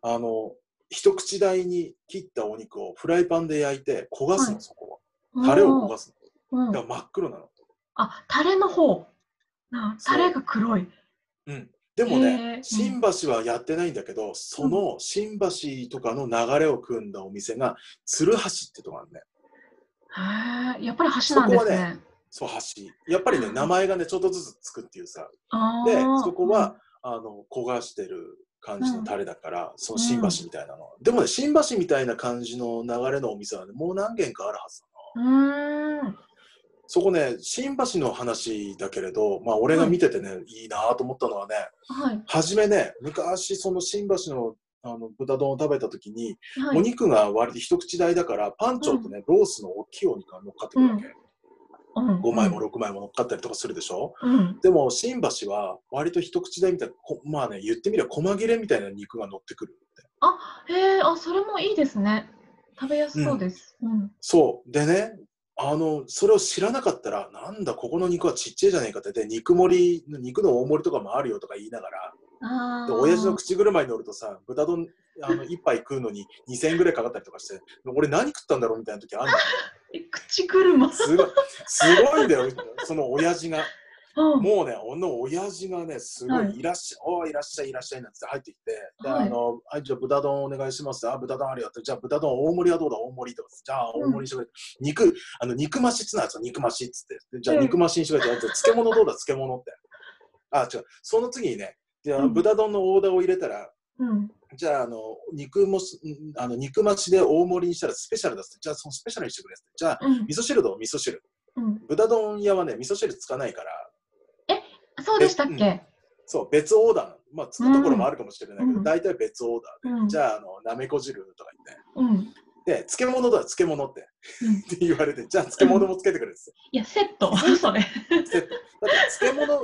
B: あの、一口大に切ったお肉をフライパンで焼いて焦がすの、
A: はい
B: そこは。タレを焦がす
A: うん
B: の。だから真っ黒なの。
A: あ、タレの方。うん
B: そ
A: タ
B: う
A: レが黒い。
B: うん。でも
A: へーう
B: ね、
A: ん
B: 新橋はやってないんだけど、その新橋とかの流れを組んだお店が、鶴橋ってとこあるね。
A: へえ。やっぱり橋なんです
B: そこは
A: ね。
B: そう、橋。やっぱりね、
A: うん
B: 名前がね、ちょっとずつつくっていうさ。
A: あ
B: で、
A: ー
B: そこは、あの、焦がしてる感じのタレだから、その新橋みたいなの。でもね、新橋みたいな感じの流れのお店はね、もう何軒かあるはず。
A: うんうーん。
B: そこね、新橋の話だけれど、まあ俺が見ててね、いいなと思ったのはね、
A: はい。
B: 初めね、昔その新橋のあの豚丼を食べた時に、
A: はい
B: お肉が割と一口大だから、パンチョってね、ロースの大きいお肉が乗っかってくるわ
A: う
B: け。
A: ん
B: 5枚も6枚も乗っかったりとかするでしょ
A: うん。
B: でも新橋は割と一口大みたいな、こまあね、言ってみれば細切れみたいな肉が乗ってくるって。
A: へえ、あ、それもいいですね。食べやすそうです。うん。
B: そう。でね、あの、それを知らなかったら、なんだ、ここの肉はちっちゃいじゃないかって、で、肉盛り、肉の大盛りとかもあるよとか言いながら、
A: あ
B: で
A: あ。
B: 親父の口車に乗るとさ豚丼あの1杯食うのに2000円ぐらいかかったりとかして俺何食ったんだろうみたいな時あるの
A: え口車。
B: すごいすごいんだよその親父が
A: うん
B: もうねあの親父がねすご
A: はい
B: いいらっしゃい、おいいらっしゃいいらっしゃいなんつって入ってきてで、
A: はい
B: あのはいじゃあ豚丼お願いしますあ豚丼あるよってじゃあ豚丼大盛りはどうだ大盛りとかじゃあ大盛りにしてくれ、肉あの肉増しっつうのはその肉増しっつってでじゃあ
A: うん
B: 肉増しにしてくれじゃあ漬物どうだ漬物ってあ違うその次にねであの
A: うん
B: 豚丼のオーダーを入れたら、
A: うん。
B: じゃあ、あの、肉もす、んあの、肉増しで大盛りにしたらスペシャルだっつって、じゃあ、そのスペシャルにしてくれっつって、じゃあ、
A: うん
B: 味噌汁どう味噌汁。
A: うん。
B: 豚丼屋はね、味噌汁つかないから、
A: そうでしたっけ。
B: そう、別オーダーなの。まあ、つくところもあるかもしれないけ
A: う
B: ど、
A: ん
B: 大体別オーダー
A: うん
B: で、じゃあ、あの、なめこ汁とか言っ
A: うん。
B: て、で、漬物だよ、漬物って。
A: うん
B: って言われて、じゃあ、漬物もつけてくれっつって。
A: いや、セット。それ。
B: セットだって、漬物、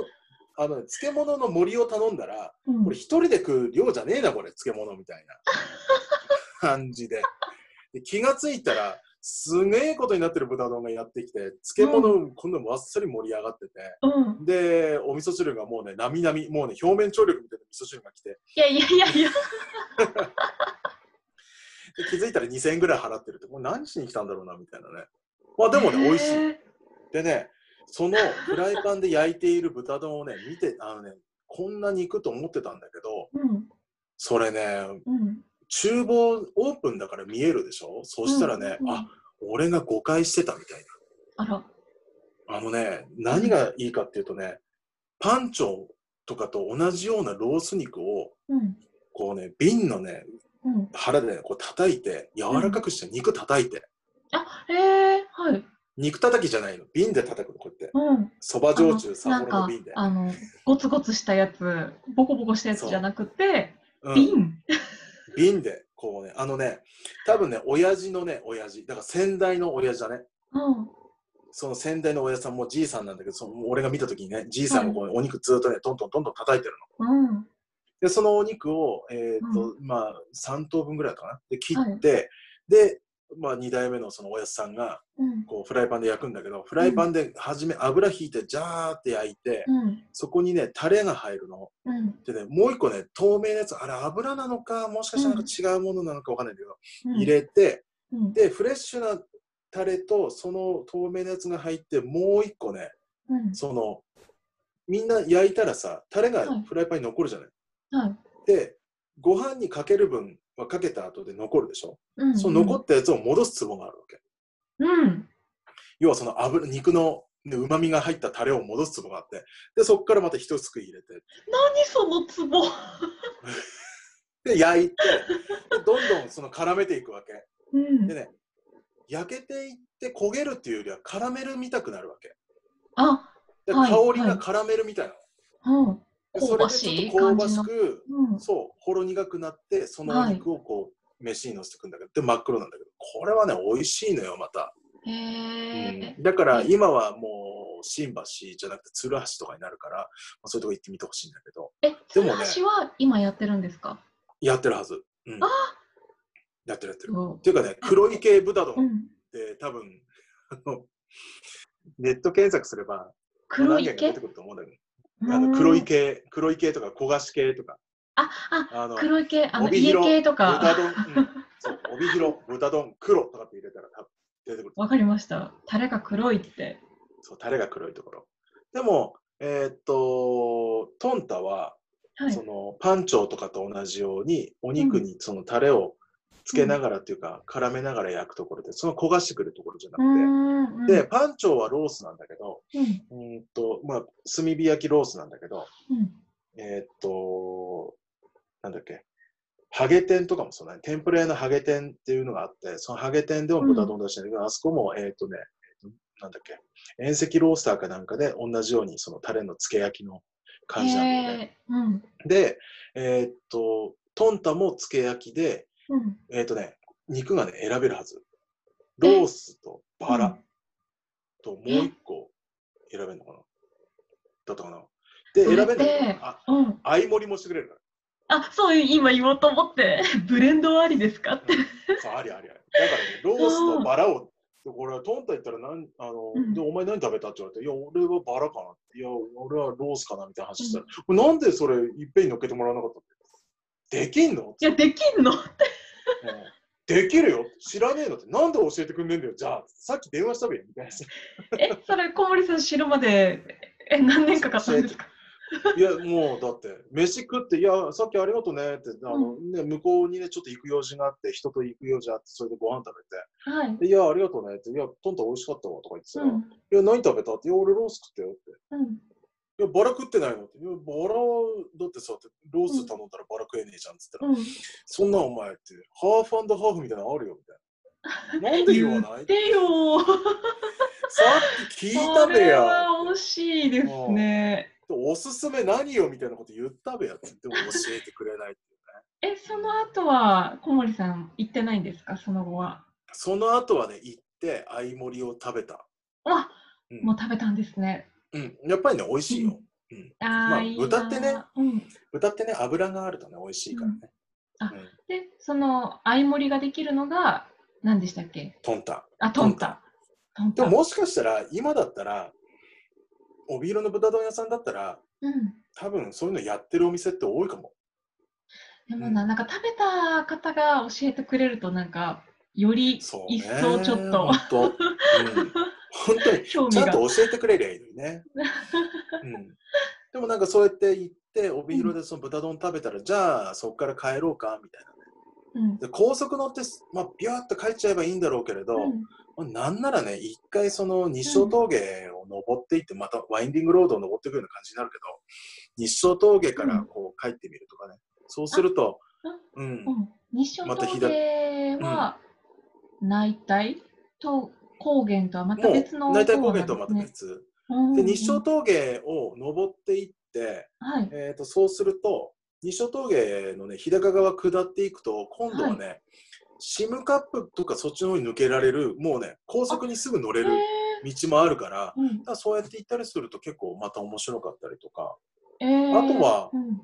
B: あのね、漬物の森を頼んだら、
A: うん
B: これ一人で食う量じゃねえな、これ、漬物みたい な感じで。で気がついたら、すげえことになってる豚丼がやってきて、漬物、今度もわっさり盛り上がってて、
A: うん。
B: で、お味噌汁がもうね、なみなみ、もうね、表面張力みたいな味噌汁が来て、
A: いやいやいやいや。
B: で気づいたら2000円ぐらい払ってるって、もう何しに来たんだろうな、みたいなね。まあでもね、美味しい。
A: へー
B: でね、そのフライパンで焼いている豚丼をね、見て、あのね、こんな肉と思ってたんだけど、
A: うん。
B: それね、
A: うん。
B: 厨房オープンだから見えるでしょそしたらね、
A: うん
B: あ、俺が誤解してたみたい
A: あら。
B: な。あのね、何がいいかっていうとね、パンチョとかと同じようなロース肉を、
A: うん。
B: こうね、瓶のね、
A: うん。
B: 腹でね、こう叩いて、柔らかくして肉叩いて、
A: あ、へえ、はい。
B: 肉叩きじゃないの、瓶で叩くの、こうやって。
A: うん。
B: そば焼酎、
A: あのな
B: 札
A: ん
B: 幌の
A: か
B: 瓶で。
A: あの、ゴツゴツしたやつ、ボコボコしたやつじゃなくて、
B: うん
A: 瓶。
B: 瓶で、こうね、あのね、多分ね、親父のね、親父、だから先代の親父だね。
A: うん。
B: その先代の親父さんもじいさんなんだけど、その俺が見た時にね、じいさんがこうお肉ずっとね、トントントントン叩いてるの。
A: うん。
B: で、そのお肉を、えーっと、まあ、3等分ぐらいかな。で、切って、で、まあ、2代目のそのおやつさんが、
A: うん。
B: こう、フライパンで焼くんだけど、フライパンで初め油引いて、ジャーって焼いて、
A: うん。
B: そこにね、タレが入るの。
A: うん。
B: でね、もう一個ね、透明なやつ、あれ油なのか、もしかしたらなんか違うものなのかわかんないんだけど、入れて、
A: うん、
B: で、フレッシュなタレと、その透明なやつが入って、もう一個ね、
A: うん、
B: その、みんな焼いたらさ、タレが
A: はい
B: フライパンに残るじゃない。
A: はい。
B: で、ご飯にかける分はかけた後で残るでしょ。
A: うん、
B: その残ったやつを戻すツボがあるわけ。
A: うん。
B: 要はその油、肉の、ね、旨味が入ったタレを戻すツボがあって、で、そこからまた一すくい入れて、
A: 何そのツボ。
B: で、焼いて、でどんどんその絡めていくわけ。
A: うん
B: で。ね、焼けていって焦げるっていうよりは、カラメル見たくなるわけ。
A: あ、
B: で
A: はい
B: 香り
A: は
B: が
A: い
B: カラメルみたいな、
A: うん。
B: で
A: 香ばしい
B: それ
A: 感
B: で
A: じ
B: ち
A: の
B: ょっと香ばしく
A: うん。
B: そうほろ苦くなってそのお肉をこう、飯にのせてくんだけどで真っ黒なんだけどこれはね美味しいのよまた、
A: へえ。
B: うんだから今はもう新橋じゃなくて鶴橋とかになるから、まあ、そういうとこ行ってみてほしいんだけど
A: え、
B: で
A: 鶴
B: もね
A: 橋は今やってるんですか。
B: やってるはず、うんやってるやってる、っ
A: う
B: ていうかね黒い系豚丼っ
A: ん。
B: て多分 あのネット検索すれば
A: 黒
B: 何
A: い
B: 軒か
A: 毛
B: 出て。くると思うんだけどあの黒い
A: 毛。
B: 系黒い系とか焦がし系とか
A: あ、あ、
B: あの
A: 黒い毛、あの
B: 帯
A: 家
B: 広
A: 系と
B: 豚
A: か。
B: 丼、うん、そう、帯広、豚丼、黒とかって入れたら多分出てくる。
A: わかりました。タレが黒いって。
B: そう、タレが黒いところ。でも、えーっと、トンタは、
A: はい
B: そ。のパンチョとかと同じように、お肉にそのタレをつけながらっていうか、絡めながら焼くところで、その焦がしてくるところじゃな
A: うー
B: く
A: ん。うん
B: て、で、、パンチョはロースなんだけど、
A: うん。
B: うーんと、まあ、炭火焼きロースなんだけど、
A: うん。
B: えーっと、なんだっけ、ハゲ天とかもそうだね。天ぷら屋のハゲ天っていうのがあって、そのハゲ天でも豚丼出してるけど、あそこも、えーっとね、えーっとなんだっけ、遠赤ロースターかなんかで同じようにそのタレのつけ焼きの感じなんだよね。
A: へえ。うん。
B: で、えーっと、トンタもつけ焼きで、
A: うん。
B: えーっとね、肉がね、選べるはず。ロースとバラともう一個選べるのかなだったかなで、
A: そ
B: 選べ
A: れ
B: る
A: で
B: んだけど、あ、
A: うん。うん。
B: 合い盛りもしてくれるから。
A: あ、そう、今言おうと思って、 ブレンドありですかって。
B: そうありありあり。だからね、ロースとバラを、これはトンタ行ったらなんあの、
A: うん
B: で、お前何食べたって言われて、いや、俺はバラかなって、いや、俺はロースかなみたいな話したら、なんでそれいっぺんに乗っけてもらわなかったって。できんの
A: いや、できんの。
B: うんできるよ知らねえのって、なんで教えてくんねえんだよじゃあ、さっき電話したべみたいな。
A: え、それ小森さん知るまでえ何年かかったんですか。
B: いや、もうだって、飯食って、いや、さっきありがとねって、あの、ね、向こうにね、ちょっと行く用事があって、人と行く用事あって、それでご飯食
A: はい。
B: べて、いや、ありがとねって、いや、トンタ美味しかったわとか言ってた
A: う
B: ら、
A: ん。
B: いや、何食べたって、いや、俺ロース食ったよって。
A: うん。
B: いや、バラ食ってないのって。いや、バラだってさ、ロース頼んだらバラ食えねえじゃんっつったら、
A: うん。
B: そんなんお前って、ハーフハーフみたいなのあるよみたい な。なんで言わない
A: でよー。
B: さっき聞いた
A: そ
B: べ
A: れ
B: や。
A: は惜しいですね。
B: おすすめ何よみたいなこと言ったべやって言っても教えてくれない。
A: え、その後は小森さん行ってないんですか。その後は。
B: その後はね、行って、相盛りを食べた。
A: あ、
B: うん
A: もう食べたんですね。
B: うん、やっぱりね、美味しいよ。うん
A: あー、
B: まあ
A: いいな
B: 豚ってね
A: うん、
B: 豚ってね、油があるとね、美味しいからね。
A: うんあ
B: うん
A: で、その相盛りができるのが、何でしたっけ
B: トンタン。
A: あ、トンタ。トン
B: で
A: タ。
B: ももしかしたら、今だったら、帯色の豚丼屋さんだったら、
A: うん。
B: 多分そういうのやってるお店って多いかも。
A: でもな、なんか食べた方が教えてくれると、なんか、より
B: そうね。
A: 一層ちょっと
B: 本、当、うん、本当に、
A: 興
B: ち
A: 味
B: ゃん
A: が。
B: と教えてくれりゃいいのにね。うん、でもなんかそうやって行って、帯広でその豚丼食べたら、じゃあそこから帰ろうかみたいな。
A: うん。
B: で高速乗って、まあ、ビューっと帰っちゃえばいいんだろうけれど、
A: うん
B: まあなんならね、一回その日勝峠を登っていって、またワインディングロードを登っていくような感じになるけど、日勝峠からこう帰ってみるとかね。そうすると
A: ああ、
B: うん
A: う、ん日照
B: また左
A: 峠は、内帯と高原とはまた
B: も
A: 別の方な
B: う
A: ん
B: 大
A: で
B: 体
A: すね、
B: 高原とはまた別。
A: うん
B: で、日勝峠を登っていって、
A: はい。
B: えー、とそうすると西尾峠のね日高川下っていくと今度はね、シムカップとかそっちの方に抜けられるもうね高速にすぐ乗れる
A: へ
B: 道もあるから
A: ーうん
B: だからそうやって行ったりすると結構また面白かったりとか
A: えー
B: あとは
A: うん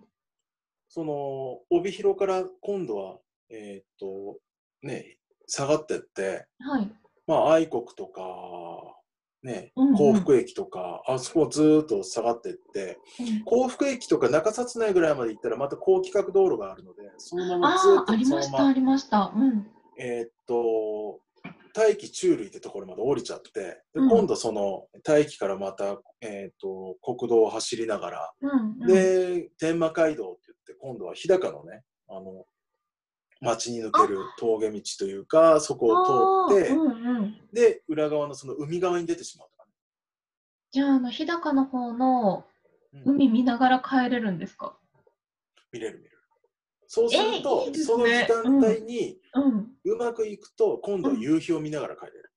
B: その帯広から今度はえっ、とね下がってって
A: はい。
B: まあ愛国とかね
A: うんうん
B: 幸福駅とか、あそこをずーっと下がってって
A: うん
B: 幸福駅とか中札内ぐらいまで行ったらまた高規格道路があるのでそのままず
A: あ
B: っ
A: あ、あ
B: と
A: り
B: そ
A: ま
B: の
A: し
B: ま
A: た、あ
B: ま
A: りました。うん。
B: えーっと大気中類ってところまで降りちゃってで
A: うん
B: 今度その大気からまた、えーっと国道を走りながら、
A: うんうん、
B: で天満街道って言って今度は日高のねあの町に抜ける峠道というかそこを通って、
A: あーうんうん、
B: で裏側のその海側に出てしまうとかね
A: じゃああの日高の方の
B: うん
A: 海見ながら帰れるんですか、
B: 見れる見れる。そうする
A: え
B: と、
A: ーいいです
B: その時
A: ね
B: 間帯に、
A: うん、
B: うまくいくと、今度は夕日を見ながら帰れる。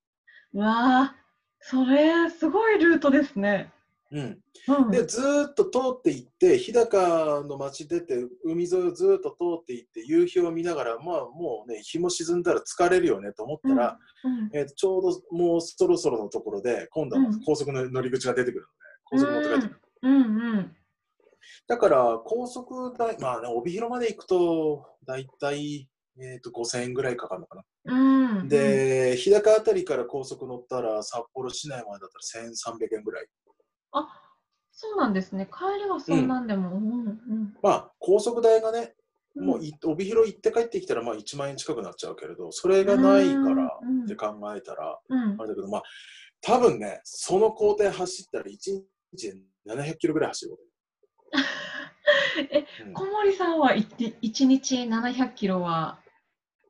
A: うわあそれすごいルートですね。
B: うん、
A: うん、
B: で、ずーっと通っていって、日高の町出て、海沿いをずーっと通っていって、夕日を見ながら、まあもうね、日も沈んだら疲れるよねと思ったら、
A: うん、
B: えーちょうどもうそろそろのところで、今度は
A: うん
B: 高速の乗り口が出てくるので、高速乗って帰ってくる。
A: うんうん
B: だから、高速代、まあね、帯広まで行くと、だいたい、えー、と5000円ぐらいかかるのかな。
A: うんうん、
B: で、日高あたりから高速乗ったら、札幌市内までだったら1300円ぐらい。
A: あそうなんですね帰りはそんなんでも、うんうん
B: まあ、高速代がね、
A: うん、
B: もうい帯広行って帰ってきたらまあ1万円近くなっちゃうけれど、それがないから
A: うん
B: って考えたら、
A: うん
B: あれだけど、まあ、多分ね、その工程走ったら1日で700キロぐらい走る。
A: え
B: うん
A: 小森さんは一日700キロは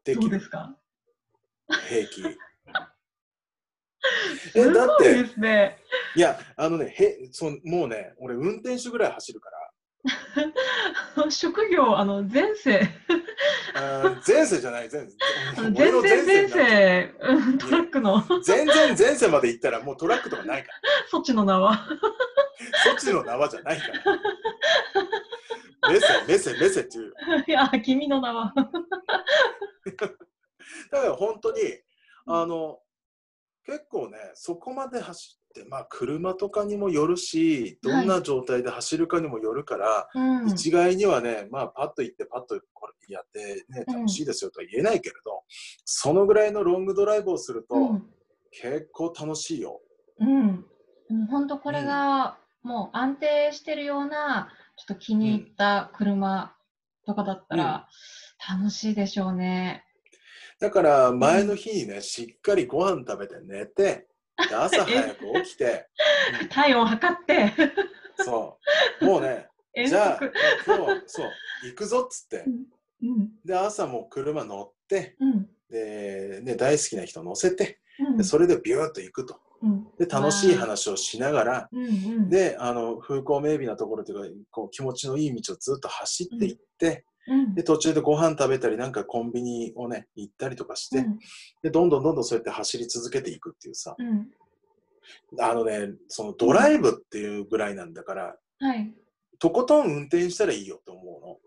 B: で
A: ど
B: き
A: うで
B: る、
A: すか
B: 平気。
A: す
B: え、だっ
A: ごいで
B: て、
A: すね。
B: いや、あのね、へそのもうね、俺運転手ぐらい走るから、
A: 職業あの前世
B: あ ー前世じゃない、前世。
A: あの
B: 俺
A: 前
B: の
A: 世前
B: になっちゃう
A: 世うんトラックの
B: 全然前世まで行ったらもうトラックとかないから。
A: そっちの名は
B: そっちの縄じゃ ないから。メセメセメセっていう。
A: いや君の名は
B: だから本当に、あの、結構ね、そこまで走って、まあ車とかにもよるし、どんな状態で走るかにもよるから、
A: うん
B: 一概にはね、まあパッと行ってパッとこれやって、ね、楽しいですよとは言えないけれど、そのぐらいのロングドライブをすると、
A: うん
B: 結構楽しいよ。
A: うんうん本当これがもう安定してるようなちょっと気に入った車とかだったら楽しいでしょうね
B: だから前の日にね、しっかりご飯食べて寝て、で朝早く起 きて、うん
A: 体温測って
B: そう。もうね、
A: 遠
B: じゃあ
A: 足、
B: 今日、そう、行くぞっつって
A: う。んうん
B: で、朝もう車乗って、
A: うん
B: で、ね、大好きな人乗せて、
A: うん
B: でそれでビューッと行くと。
A: うん
B: で、楽しい話をしながら、
A: うんうん
B: で、あの、風光明媚なところというか、こう、気持ちのいい道をずっと走って行って、
A: うん
B: で、途中でご飯食べたり、なんかコンビニをね、行ったりとかして、
A: うん
B: で、どんどんどんどんそうやって走り続けていくっていうさ、
A: うん
B: あのね、そのドライブっていうぐらいなんだから、
A: はい
B: とことん運転したらいいよと思うの。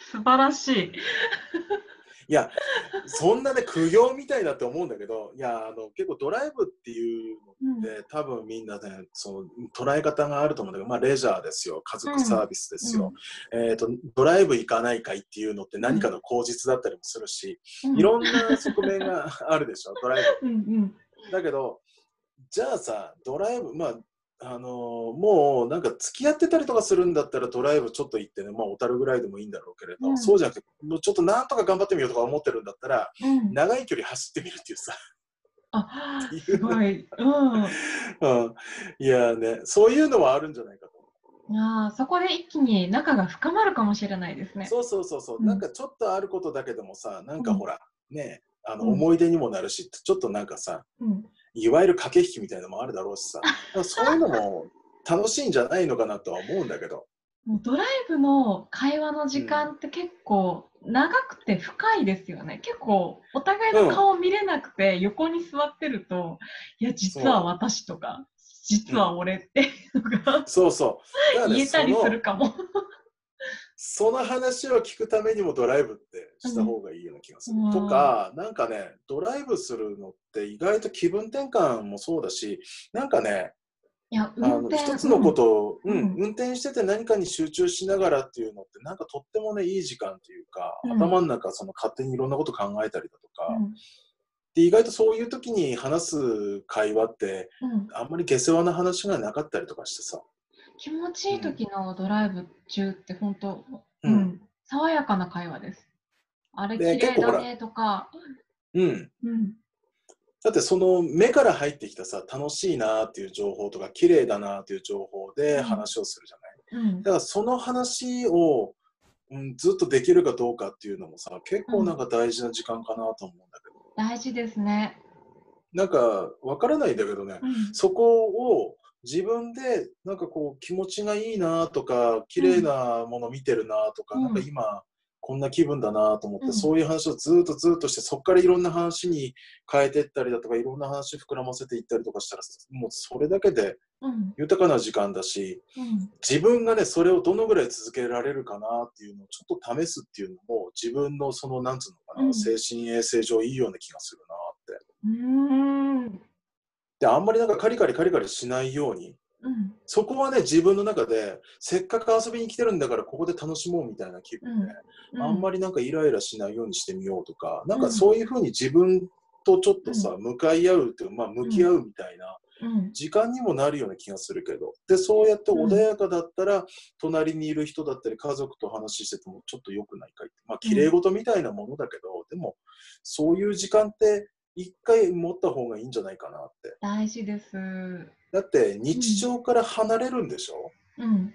A: 素晴らしい
B: いや、そんなね、苦行みたいだって思うんだけど、いや、あの結構ドライブっていうのって、多分みんなね、その捉え方があると思うんだけど、まあ、レジャーですよ、家族サービスですよ、えーと、ドライブ行かないかいっていうのって何かの口実だったりもするし、いろんな側面が あるでしょ、ドライ
A: うんうん
B: ブ。だけど、じゃあさ、ドライブ、まあ、あのーもうなんか付き合ってたりとかするんだったらドライブちょっと行ってね、まあ、小樽ぐらいでもいいんだろうけれど、
A: うん
B: そうじゃなくてもうちょっとなんとか頑張ってみようとか思ってるんだったら
A: うん。
B: 長い距離走ってみるっていうさ、
A: あ、すごい。うん。
B: うん、いやーねそういうのはあるんじゃないかと思
A: あーそこで一気に仲が深まるかもしれないです
B: う、
A: ね。
B: そうそうそうそう、
A: うん
B: なんかちょっとあることだけでもさなんかほら、ねあの
A: うん
B: 思い出にもなるしちょっとなんかさ
A: うん、
B: いわゆる駆け引きみたいなのもあるだろうしさそういうのも楽しいんじゃないのかなとは思うんだけど。
A: もうドライブの会話の時間って結構長くて深いですよね。結構お互いの顔見れなくて横に座ってると、いや、実は私とか、実は俺っていうのが
B: そうそう。だからね
A: 言えたり
B: その
A: するかも。
B: その話を聞くためにもドライブってした方がいいような気がする。
A: うん
B: とか、なんかね、ドライブするのって意外と気分転換もそうだし、なんかね、
A: いや、
B: あ
A: 運
B: の
A: 転
B: 一つのことを、うん
A: うん
B: 運転してて何かに集中しながらっていうのって、なんかとってもね、いい時間というか、
A: うん
B: 頭の中その勝手にいろんなこと考えたりだとか、
A: うん
B: で、意外とそういう時に話す会話って、
A: うん、
B: あんまり下世話な話がなかったりとかしてさ、
A: 気持ちいい時のドライブ中って本当、
B: うん
A: 爽やかな会話です。あれ綺
B: ね
A: 麗
B: 結構ほ
A: だ
B: ら
A: ねとか、
B: うん。
A: うん、
B: だってその目から入ってきたさ楽しいなーっていう情報とか綺麗だなーっていう情報で話をするじゃな
A: う
B: い、
A: ん
B: だ、からその話を、うん、ずっとできるかどうかっていうのもさ結構なんか大事な時間かなと思うんだけど、
A: 大事ですね。
B: なんかわからないんだけどね、
A: うん
B: そこを自分でなんかこう気持ちがいいなとか綺麗なもの見てるなとか、
A: うん
B: なんか今こんな気分だなと思って、
A: うん
B: そういう話をずーっとずーっとしてそこからいろんな話に変えてったりだとかいろんな話膨らませていったりとかしたらもうそれだけで
A: うん
B: 豊かな時間だし
A: うん
B: 自分がねそれをどのぐらい続けられるかなっていうのをちょっと試すっていうのも自分のそのなんつうのかな、
A: うん
B: 精神衛生上いいような気がするなって。
A: うーん
B: であんまりなんかカリカリカリカリしないように
A: うん
B: そこはね、自分の中で、せっかく遊びに来てるんだから、ここで楽しもうみたいな気分で、
A: うん
B: あんま
A: り
B: りなんかイライラしないようにしてみようとか、なんかそういうふうに自分とちょっとさ、向かい合うっていうか、まあ、向き合うみたいな
A: うん
B: 時間にもなるような気がするけど、で、そうやって穏やかだったら、隣にいる人だったり、家族と話しててもちょっと良くないかいって、まあ、綺麗事みたいなものだけど、でも、そういう時間って、一回持った方がいいんじゃないかなって。
A: 大事です。う
B: だって、日常から離れるんでしょ、
A: ん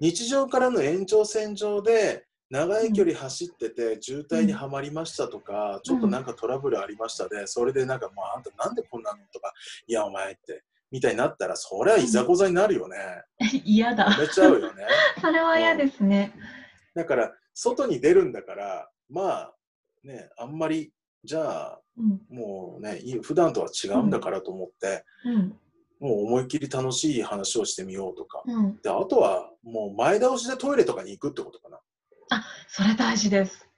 B: 日常からの延長線上で長い距離走ってて渋滞にはまりましたとか、ちょっとなんかトラブルありましたでそれでなんかもうあんたなんでこんなのとかいやお前ってみたいになったらそりゃいざこざになるよね、
A: 嫌だ。
B: やめちゃうよね
A: それは嫌ですね。
B: だから外に出るんだからまあねあんまりじゃあ
A: うん
B: もうねい普段とは違うんだからと思って、
A: うん
B: もう思いっきり楽しい話をしてみようとか
A: うん
B: であとはもう前倒しでトイレとかに行くってことかな
A: それ大事です。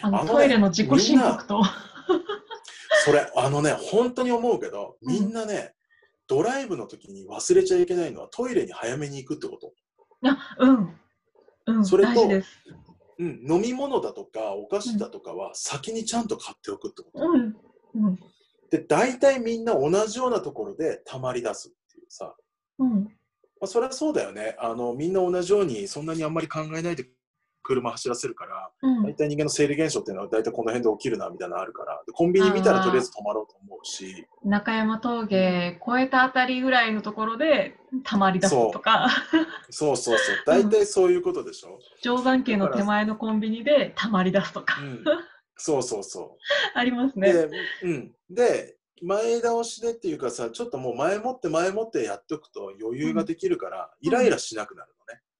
A: あの
B: あのね
A: トイレの自己申告と。
B: それあのね本当に思うけど
A: うん
B: みんなね、ドライブの時に忘れちゃいけないのはトイレに早めに行くってこと、
A: あうんうん
B: それと
A: 大事です。
B: うん、飲み物だとかお菓子だとかは先にちゃんと買っておくってこと、
A: うんうん
B: で大体みんな同じようなところで溜まり出すっていうさ、
A: うん
B: まあ、それはそうだよねあのみんな同じようにそんなにあんまり考えないで車走らせるから
A: うん
B: 大体人間の生理現象っていうのは大体この辺で起きるなみたいなのあるからでコンビニ見たらとりあえず止まろうと思うし。
A: 中山峠越えたあたりぐらいのところでたまり出すとか
B: そうそうそう大体そういうことでしょ、
A: 定山渓の手前のコンビニでたまり出すとか
B: うん、そうそうそう
A: ありますね。
B: で、うん、で前倒しでっていうかさちょっともう前もって前もってやっとくと余裕ができるから、
A: ん
B: イライラしなくなる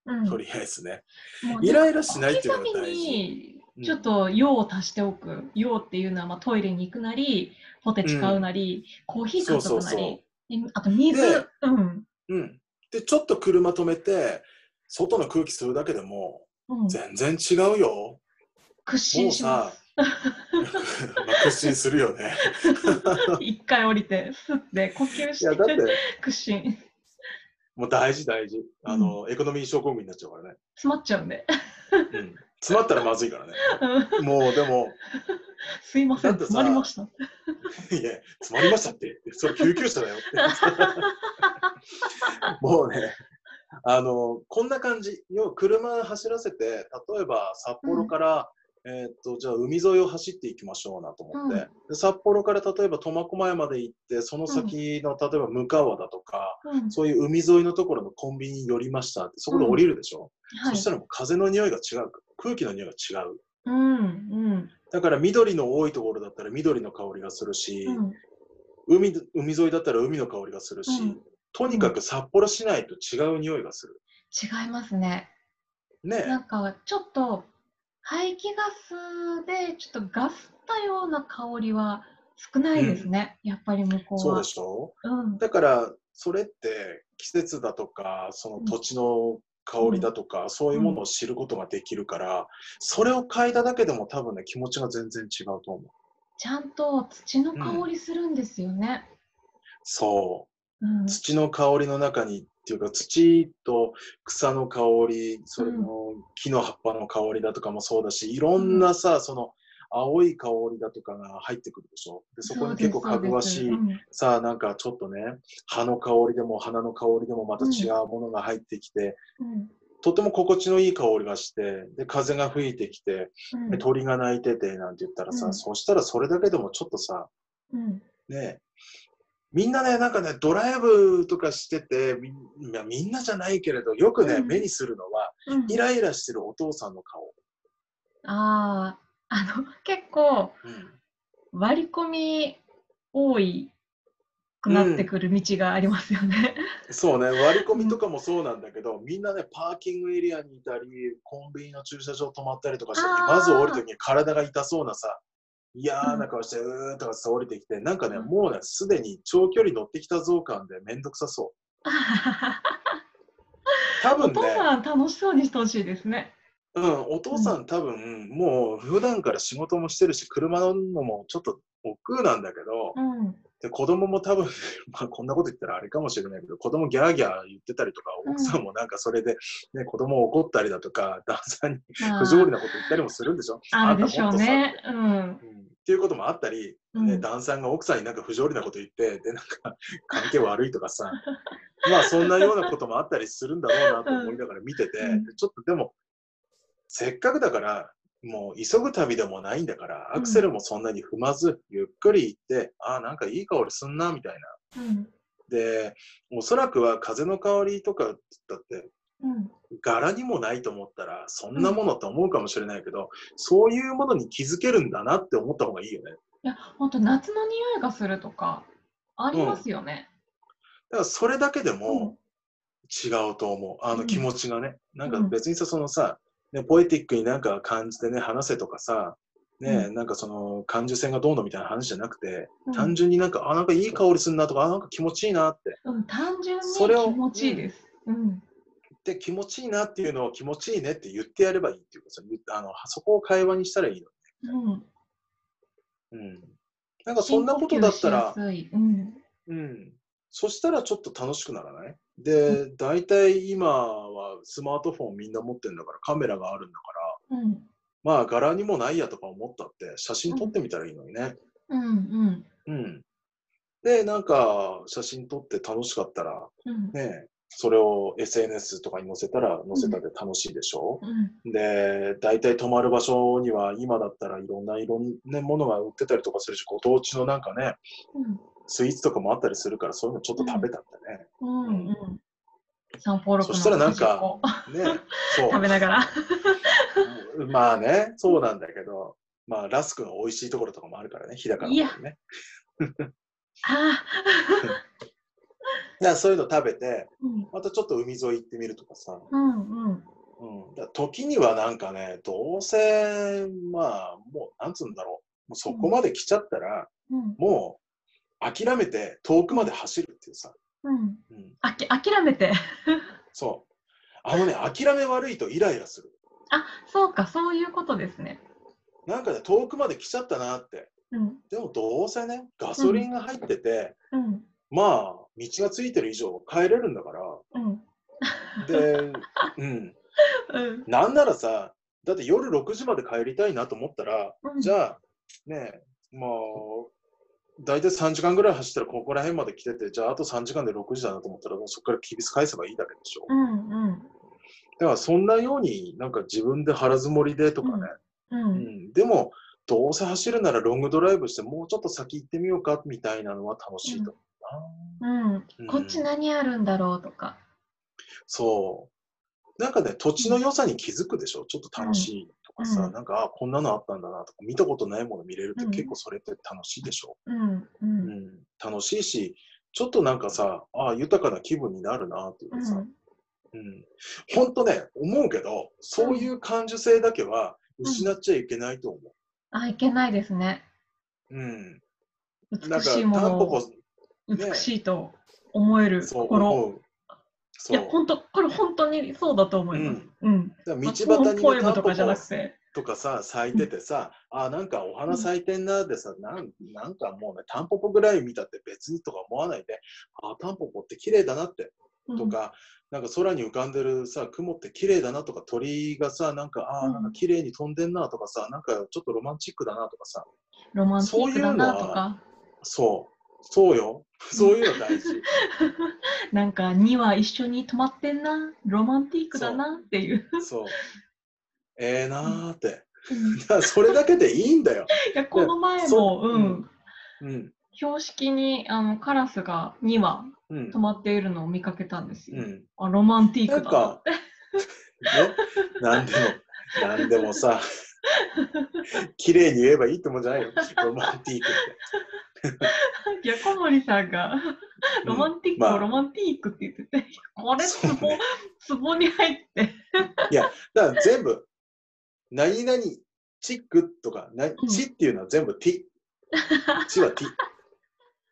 A: う
B: の
A: ん
B: ね、とりあえずね
A: もう
B: イライラしないっていう
A: た
B: の
A: び
B: が大事
A: に
B: うん
A: ちょっと用を足しておく用っていうのは、まあ、トイレに行くなりポテチ買うなり、コーヒー買うとくな
B: そうそう
A: りであと水、
B: で
A: うん
B: うんでちょっと車止めて外の空気吸うだけでも
A: うん、
B: 全然違うよ
A: 屈伸します。
B: まあ、屈伸するよね。
A: 一回降りて、すって呼吸
B: いや、
A: し
B: だって
A: て、、屈伸。詰
B: もう大事大事。あの、エコノミー症候群になっちゃうからね。
A: まっちゃうんで。
B: うん。詰まったらまずいからね。
A: うん
B: もう、でも、
A: すいません、
B: だってさ
A: 詰まりました。
B: いや、詰まりましたって。それ救急車だよって。 もうね、あの、こんな感じ。要は車走らせて、例えば札幌から、えーっと、じゃあ海沿いを走っていきましょうなと思って、
A: うん
B: で札幌から例えば苫小牧まで行って、その先の、例えば向川だとか、
A: うん
B: そういう海沿いのところのコンビニに寄りましたって、そこで降りるでしょ、
A: は
B: そ
A: い
B: し。たらもう風の匂いが違う。空気の匂いが違う。
A: うん、うん、
B: だから緑の多いところだったら緑の香りがするし、
A: うん。
B: 海海沿いだったら海の香りがするし、
A: うん
B: とにかく札幌市内と違う匂いがする。
A: 違いますね。
B: ね
A: なんか、ちょっと、排気ガスで、ちょっとガスったような香りは少ないですね。やっぱり向こう
B: そう
A: は
B: で。しょ
A: うん、
B: だからそれって季節だとかその土地の香りだとか、そういうものを知ることができるから、それを嗅いだだけでも多分ね気持ちが全然違うと思う。
A: ちゃんと土の香りするんですよね。
B: そう
A: うん、
B: 土の香りの中にっていうか土と草の香りそれの木の葉っぱの香りだとかもそうだしいろんなさ、その青い香りだとかが入ってくるでしょでそこに結構かぐわしい、
A: そうです
B: さあなんかちょっとね葉の香りでも花の香りでもまた違うものが入ってきて、
A: うんうん
B: とても心地のいい香りがしてで風が吹いてきて
A: うん
B: で鳥が鳴いててなんて言ったらさ、
A: うん
B: そしたらそれだけでもちょっとさ
A: うん
B: ねみんなね、なんかね、ドライブとかしてて、みんいやみんなじゃないけれど、よくね、
A: うん
B: 目にするのは、
A: うん
B: イライラしてるお父さんの顔。
A: ああ、あの、結構割り込み多いくなってくる道がありますよね。
B: そうね、割り込みとかもそうなんだけど、みんなね、パーキングエリアにいたり、コンビニの駐車場止まったりとかして
A: あー
B: まず降りるときに体が痛そうなさ、嫌
A: う
B: なん顔して、うーんとかさ、降りてきて、なんかね、
A: うん
B: もうね、すでに長距離乗ってきた増感でめんどくさそう。多
A: お
B: 分ね、
A: 父さん楽しそうにしてほしいですね。
B: うん、お父さん多分、もう普段から仕事もしてるし、車乗るのもちょっと億劫なんだけど、
A: うん。
B: で子供も多分、 まあこんなこと言ったらあれかもしれないけど、子供ギャーギャー言ってたりとか、
A: うん
B: 奥さんもなんかそれで、ね、子供を怒ったりだとか、旦那さんに
A: まあ
B: 不条理なこと言ったりもするんでしょ
A: あるでしょう。
B: んたもっ
A: ね
B: とさ。
A: うん。
B: うんっていうこともあったり、
A: う
B: ね、
A: ん
B: 旦さんが奥さんになんか不条理なこと言って、で、なんか関係悪いとかさ、 まあそんなようなこともあったりするんだろうなと思いながら見てて、
A: うん
B: でちょっとでも、せっかくだから、もう急ぐ旅でもないんだから、アクセルもそんなに踏まず、ゆっくり行って、ああ、なんかいい香りすんな、みたいな。
A: うん。
B: で、おそらくは風の香りとかだって、
A: うん。
B: 柄にもないと思ったら、そんなものって思うかもしれないけど、そういうものに気づけるんだなって思った方がいいよね。
A: いや、本当夏の匂いがするとかありますよね。
B: だからそれだけでも
A: う
B: 違うと思う。あ
A: う
B: の
A: ん
B: 気持ちがね。なんか
A: うん
B: 別にさ、そのさ、ね、ポエティックになんか感じてね、話せとかさ、ね、
A: う
B: なんかその感受性がどうのみたいな話じゃなくて、
A: ん。
B: 単純になんか、あ、なんかいい香りするなとか、あ、なんか気持ちいいなって。
A: うん、単純に
B: それを
A: 気持ちいいです。うん。
B: で、気持ちいいなっていうのを気持ちいいねって言ってやればいいっていうかさ、言ってあのそこを会話にしたらいいの。
A: うん。
B: うん。なんかそんなことだったら
A: 深、呼吸しやすいうん。
B: うん。そしたらちょっと楽しくならないで、大体今はスマートフォンみんな持ってんだから、カメラがあるんだから、
A: うん。
B: まあ柄にもないやとか思ったって、写真撮ってみたらいいのにね。
A: うん。
B: うん。で、なんか写真撮って楽しかったら、
A: うん。
B: ね、それを SNS とかに載せたら載せたで楽しいでしょ、
A: うん。
B: で、大体泊まる場所には今だったらいろんないろんなものが売ってたりとかするし、ご当地のなんかね、
A: うん。
B: スイーツとかもあったりするから、そういうのちょっと食べたんだね。
A: うんうん。散歩録
B: そしたらなんかね、そ う。
A: 食べながら。
B: まあね、そうなんだけど、まあ、ラスクの美味しいところとかもあるからね、日高のところね。
A: あ
B: だからそういうの食べて、
A: うん
B: またちょっと海沿い行ってみるとかさ、
A: うんうん。
B: うん、だから時にはなんかね、どうせ、まあ、もう、なんつうんだろう、もうそこまで来ちゃったら、
A: うん
B: もう、諦めて遠くまで走るっていうさ、
A: うん。
B: うん、
A: あき諦めて。
B: そう。あのね、諦め悪いとイライラする。
A: あそうかそういうことですね。
B: なんかね、遠くまで来ちゃったなって。
A: うん。
B: でもどうせね、ガソリンが入ってて、
A: うん。
B: まあ、道がついてる以上帰れるんだから。
A: うん。
B: で、うん。
A: うん。
B: なんならさ、だって夜6時まで帰りたいなと思ったら、
A: うん
B: じゃあ、ねえ、まあ、大体3時間ぐらい走ったらここら辺まで来てて、じゃああと3時間で6時だなと思ったら、もうそこから切り返せばいいだけでしょ。
A: うん。うん。
B: だからそんなようになんか自分で腹積もりでとかね、
A: う。
B: うんん、でもどうせ走るならロングドライブしてもうちょっと先行ってみようかみたいなのは楽しいと思うな、
A: うん、
B: うん
A: こっち何あるんだろうとか。
B: そうなんかね土地の良さに気づくでしょちょっと楽しいとかさ、
A: うん
B: なんかあこんなのあったんだなとか見たことないもの見れるって
A: うん
B: 結構それって楽しいでしょ、
A: うん、う
B: うん
A: ん、
B: 楽しいしちょっとなんかさあ豊かな気分になるなっていう
A: う
B: か
A: ん、
B: さ、うん、ほんとね思うけどそういう感受性だけは失っちゃいけないと思う、
A: あ、いけないですね。
B: うん、なん
A: 美
B: か
A: し
B: タ
A: い
B: ン
A: もの
B: ポ
A: を
B: ポね
A: 美しいと思える
B: そう
A: 心。
B: 思う。
A: い
B: そう。
A: や、本当これ本当にそうだと思います。うん。
B: だから道
A: まあ
B: 端
A: この
B: に
A: ポエ
B: ねタ
A: ム
B: ンポ
A: とかじゃなく
B: ポ
A: て。
B: とかさ咲いててさ、あなんかお花咲いてんなでさなんなんかもうねタンポポぐらい見たって別にとか思わないであタンポポって綺麗だなって
A: うん
B: とか、なんか空に浮かんでるさ雲って綺麗だなとか鳥がさなんかあ
A: うん
B: なんか綺麗に飛んでんなとかさなんかちょっとロマンチックだなとかさ
A: ロマンチックだなとか。
B: そうそうよそういう の大事
A: なんか2は一緒に泊まってんな、ロマンティックだなっていう。
B: そうええなーって
A: うんい
B: だからそれだけでいいんだよ、
A: や、この前も、
B: そう
A: う、
B: うんうん
A: 標識にあのカラスが2羽
B: うん
A: 泊まっているのを見かけたんです
B: う
A: よ。
B: ん
A: あ、ロマンティック
B: なん
A: だな
B: か、ね、なんでも、なんで もさ、綺麗に言えばいいってもんじゃないよ、ロマンティックって。
A: いや、小森さんが、ロマンティック、
B: まあ
A: ロマンティックって言って て、これ、ツ
B: そう
A: ボ、
B: ね
A: ツボに入って、
B: だから全部、何々チックとか、な
A: うん
B: チっていうのは全部ティ。チはティ。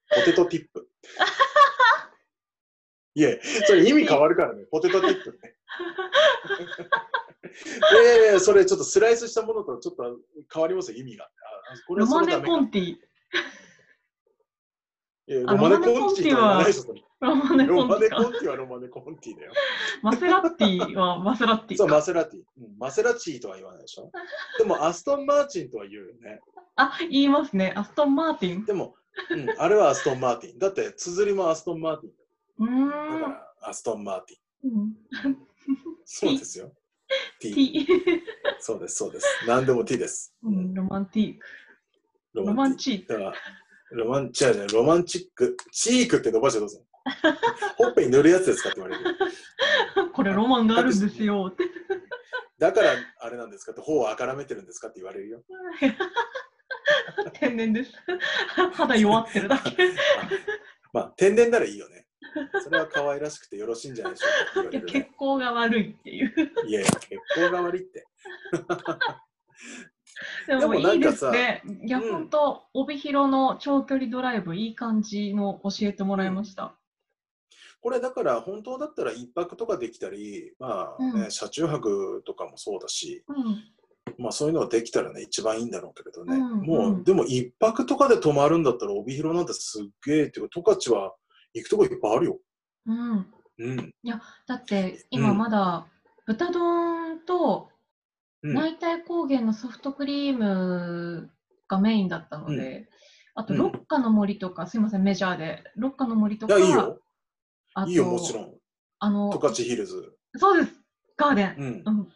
B: ポテトティップ。いえ、それ意味変わるからね、ポテトティップね。いやいやいやそれちょっとスライスしたものとちょっと変わりますよ、意味が。あ これ
A: ロ
B: はそ
A: マ
B: の
A: ネ
B: ため
A: コンティ、
B: いや
A: あ
B: ロマネコンティはないでしょそれ
A: ロマネコ
B: ロ
A: ン
B: マ
A: テ
B: ネ
A: ィ
B: コ
A: か。
B: ンティはロマネコンティだよ。
A: マセラッティはマセラッティ
B: そう、
A: か。
B: マセラティ。うんマセラチーとは言わないでしょ。でも、アストン・マーチンとは言うよね。
A: あ、言いますね。アストン・マーティン。
B: でも、うん、あれはアストン・マーティン。だって、綴りもアストン・マーティ
A: うーん
B: ン。だから、アストン・マーティン。
A: うん。
B: そうですよ。
A: テ
B: T。
A: ィ、
B: そうです、そうです。何でも T です。
A: う
B: うん
A: ん、ロマンティック。
B: ロ
A: ロマン
B: チ
A: チッ
B: だから、ロマン、違う違う、ロマンチック。チークって伸ばしてどうするのほっぺに塗るやつですかって言われる。
A: ク。 これ、ロマンがあるんです よ。って。
B: だから、あれなんですかって、頬をあからめてるんですかって言われるよ。
A: 天然です。肌弱ってるだ け。
B: まあ、天然ならいいよね。それは可愛らしくてよろしいんじゃないでしょうかって言われる、
A: 血
B: ね。
A: 行が悪いっていう。
B: いやいや、結構が悪いって。
A: で
B: でも
A: も
B: ないん
A: い
B: か
A: です
B: さ
A: ね。いや、
B: うん
A: ほんと、帯広の長距離ドライブ、いい感じの教えてもらいました。
B: これだから本当だったら一泊とかできたり、まあね
A: うん
B: 車中泊とかもそうだし、
A: うん。
B: まあそういうのができたらね、一番いいんだろうけれどね。
A: うんうん
B: もう、でも一泊とかで泊まるんだったら帯広なんてすっげえっていうか、十勝は行くとこいっぱいあるよ。
A: うん。
B: うん。
A: だって、
B: う
A: 今
B: ん
A: まだ、豚丼と
B: うん、
A: 内体高原のソフトクリームがメインだったので、あと、
B: うん
A: 六花の森とか、すいません、メジャーで、六花の森と
B: いや、
A: か、
B: いいよ。
A: あと、
B: いいよ、もちろん。
A: あの
B: 十、勝ヒルズ。
A: そうです、ガーデン。
B: うん
A: う。ん。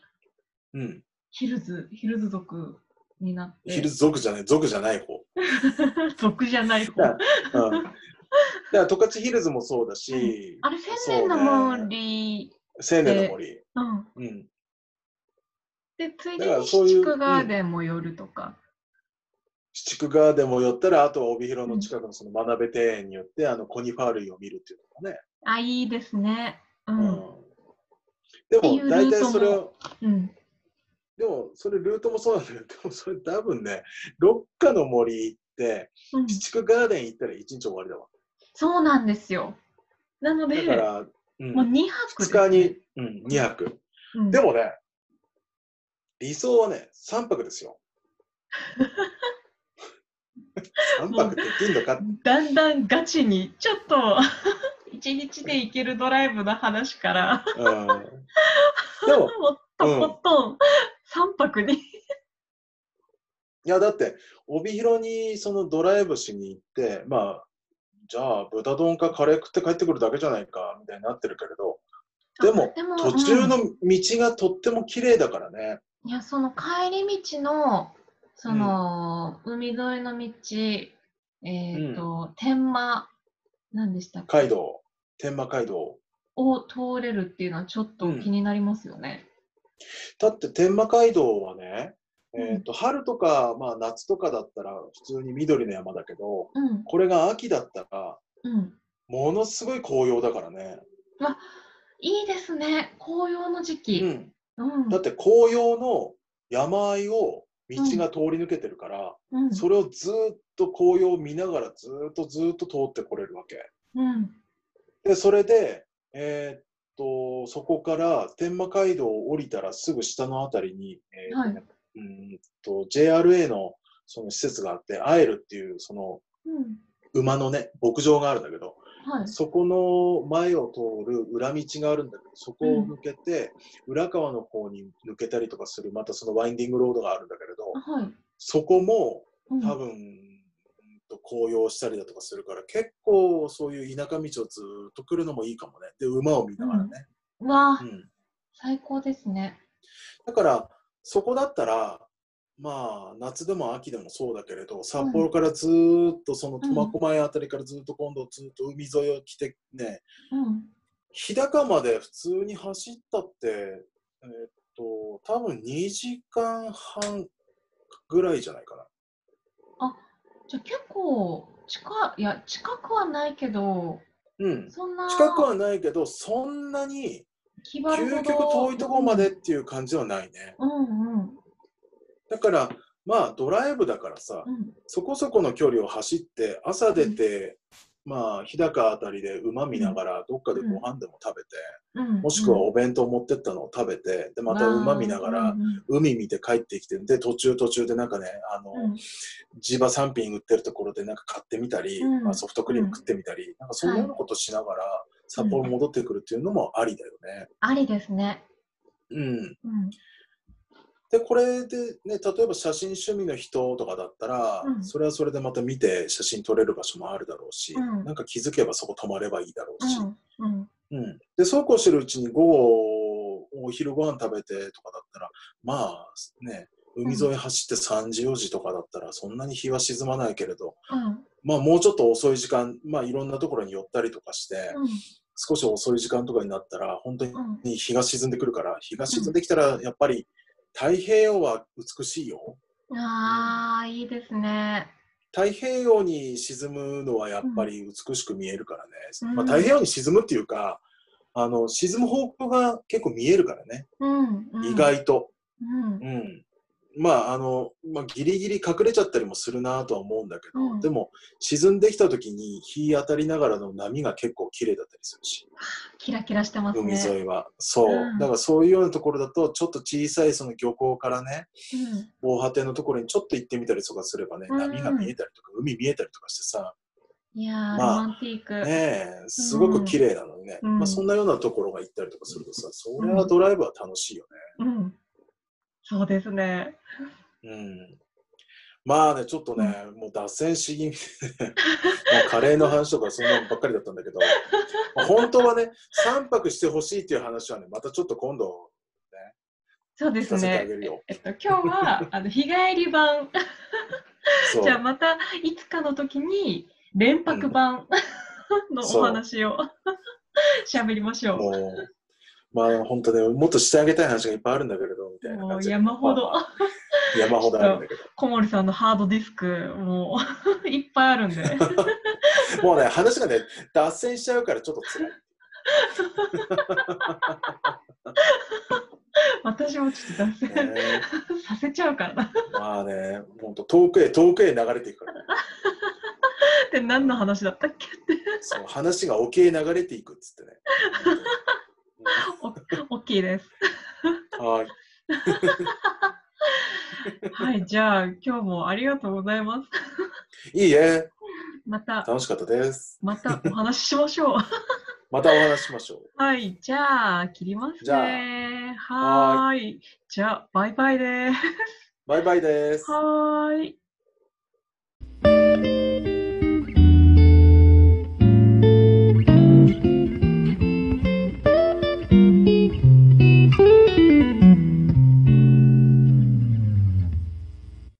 B: うん。
A: ヒルズ、ヒルズ族になって。
B: ヒルズ族じゃない、族じゃない方。
A: 族じゃない方。
B: だ うんだから十勝ヒルズもそうだし、
A: あれ、千年の
B: そうね
A: 森、
B: 青年の森、
A: うん。
B: うん、
A: で、つい
B: だ
A: で
B: から
A: に
B: そういう
A: 七区ガーデンも寄るとか。
B: 七区川でも寄ったら、あとは帯広の近くのその学べ庭園によって、あのコニファー類を見るっていうのがね、
A: あ、いいですね。う
B: うん
A: ん。
B: で
A: って
B: も
A: いう
B: 大体
A: ルートも
B: それを、
A: うん。
B: でもそれルートもそうなんだけど、でもそれ多分ね、六花の森行って、
A: うん、
B: 七区ガーデン行ったら一日終わりだわ。
A: そうなんですよ。なので、
B: だから、うん
A: もう2泊
B: 2日に、うん、2泊。
A: に
B: で、もね、理想はね、3泊ですよ。 3泊できんのかって
A: だんだんガチに、ちょっと 一日で行けるドライブの話から、
B: うんでも、
A: もっともっと3泊に。
B: いやだって、帯広にそのドライブしに行って、まあ、じゃあ豚丼かカレー食って帰ってくるだけじゃないかみたいになってるけれど、でも
A: でも
B: 途中
A: う
B: の道がとっても綺麗だからね。
A: んいや、その帰り道の、その、海沿いの道、えっ、と、天満、何でしたっけ
B: 街道、天満街道。
A: を通れるっていうのはちょっと気になりますよね。
B: だって天満街道はね、
A: うん
B: えー、と春とか、まあ、夏とかだったら普通に緑の山だけど、
A: うん、
B: これが秋だったら、
A: うん。
B: ものすごい紅葉だからね。
A: いいですね、紅葉の時
B: う
A: 期。
B: ん、
A: うん、
B: だって紅葉の山あいを道が通り抜けてるから、
A: うん、
B: それをずーっと紅葉を見ながらずーっとずーっと通ってこれるわけ。
A: うん、
B: で、それで、えーっと、そこから天満街道を降りたらすぐ下のあたりに、えーっとねうーんと JRA のその施設があって、アエルっていうその
A: うん。
B: 馬のね、牧場があるんだけど、
A: はい。
B: そこの前を通る裏道があるんだけど、そこを抜けて、浦川の方に抜けたりとかする、またそのワインディングロードがあるんだけれど、
A: はい。
B: そこも
A: うん
B: 多分、うんと紅葉したりだとかするから、結構そういう田舎道をずっと来るのもいいかもね。で、馬を見ながらね。
A: うわあ、
B: うん
A: 最高ですね。
B: だから、そこだったら、まあ、夏でも秋でもそうだけれど、札幌からずーっと、その苫小牧あたりからずーっと今度ずーっと海沿いを来てね、
A: うん。
B: 日高まで普通に走ったって、えーっと、多分2時間半ぐらいじゃないかな。
A: じゃあ結構近いや近くはないけど、
B: うん。
A: そんな
B: 近くはないけど、そんなに
A: 究
B: 究極遠いところまでっ。ていう感じはないね。
A: うんうん
B: だから、まあ、ドライブだからさ、
A: うん
B: そこそこの距離を走って、朝出て、まあ、日高あたりで馬見ながら、どっかでご飯でも食べて、
A: うん。
B: もしくはお弁当持ってったのを食べて、で、また馬見なが
A: う
B: ら、
A: んうん
B: 海見て帰ってきて、で、途中途中でなんかね、あの、
A: うん
B: 地場産品売ってるところでなんか買ってみたり、
A: うん
B: まあ、ソフトクリーム食ってみたり、なんかそういうようなことしながら、札幌戻ってくるっていうのもありだよね。
A: ありですね。
B: う
A: う
B: ん。
A: ん
B: で、これでね、例えば写真趣味の人とかだったら、
A: うん
B: それはそれでまた見て写真撮れる場所もあるだろうし、
A: うん
B: なんか気づけばそこ泊まればいいだろうし、
A: うんうん。
B: うんで、そうこうしてるうちに午後、お昼ご飯食べてとかだったら、まあね、海沿い走って3時、4時とかだったら、そんなに日は沈まないけれど、
A: うん
B: まあもうちょっと遅い時間、まあいろんなところに寄ったりとかして、
A: うん
B: 少し遅い時間とかになったら、本当に
A: うん。
B: に日が沈んでくるから、日が沈んできたら、やっぱり太平洋は美しいよ。
A: ああいいですね。
B: 太平洋に沈むのはやっぱり美しく見えるからね。
A: うん
B: まあ、太平洋に沈むっていうか、あの沈む方向が結構見えるからね、
A: うんうん。
B: 意。外と。
A: うん
B: うんまああのまあ、ギリギリ隠れちゃったりもするなとは思うんだけど、
A: うん
B: でも沈んできた時に日当たりながらの波が結構綺麗だったりするし。
A: キラキラしてます
B: 海
A: ね。
B: 沿いは、そう、
A: うん
B: だからそういうようなところだとちょっと小さいその漁港からね
A: うん
B: 防波堤のところにちょっと行ってみたりとかすればね、
A: うん
B: 波が見えたりとか海見えたりとかしてさ
A: いやー、
B: あ
A: ロマンティーク。
B: ねえすごく綺麗なのにね、
A: うん
B: まあ、そんなようなところが行ったりとかするとさそれはドライブは楽しいよ
A: うん。そうですね。
B: ねうんまあねちょっとね、もう脱線し気味でね もうカレーの話とかそんなのばっかりだった んだけどまあ本当はね3泊してほしいっていう話はねまたちょっと今度
A: そうで
B: 聞
A: す
B: かせてあ
A: ね
B: げ。るよ。
A: えっと、今日 はあの日帰り版、
B: そ う
A: じゃあまたいつかの時に連泊版 の
B: そう
A: お話を喋りましょう。
B: もう、まあ本当ね、もっとしてあげたい話がいっぱいあるんだけれど、みたいな
A: も
B: 感
A: う
B: じで。
A: 山ほど
B: まあまあ山ほどあるんだけ
A: 小森さんのハードディスク、もう いっぱいある んで。
B: ど。もうね、話がね、脱線しちゃうからちょっと辛い。
A: 私もちょっと脱線
B: ね
A: させちゃうからな。
B: まあね、本当遠くへ遠くへ流れていくから、ね、
A: って何の話だったっけって。
B: そう話が沖へ流れていくっつってね。
A: お大きいです。
B: うんはい。
A: はい、じゃあ今日もありがとうございます。
B: いいえ、
A: また、
B: 楽しかったです。
A: またお話ししましょう。
B: またお話ししましょう。
A: はい、じゃあ切ります
B: じゃあ
A: ね。はーい。じゃあバイバイで
B: バイバイです
A: す。。はーい。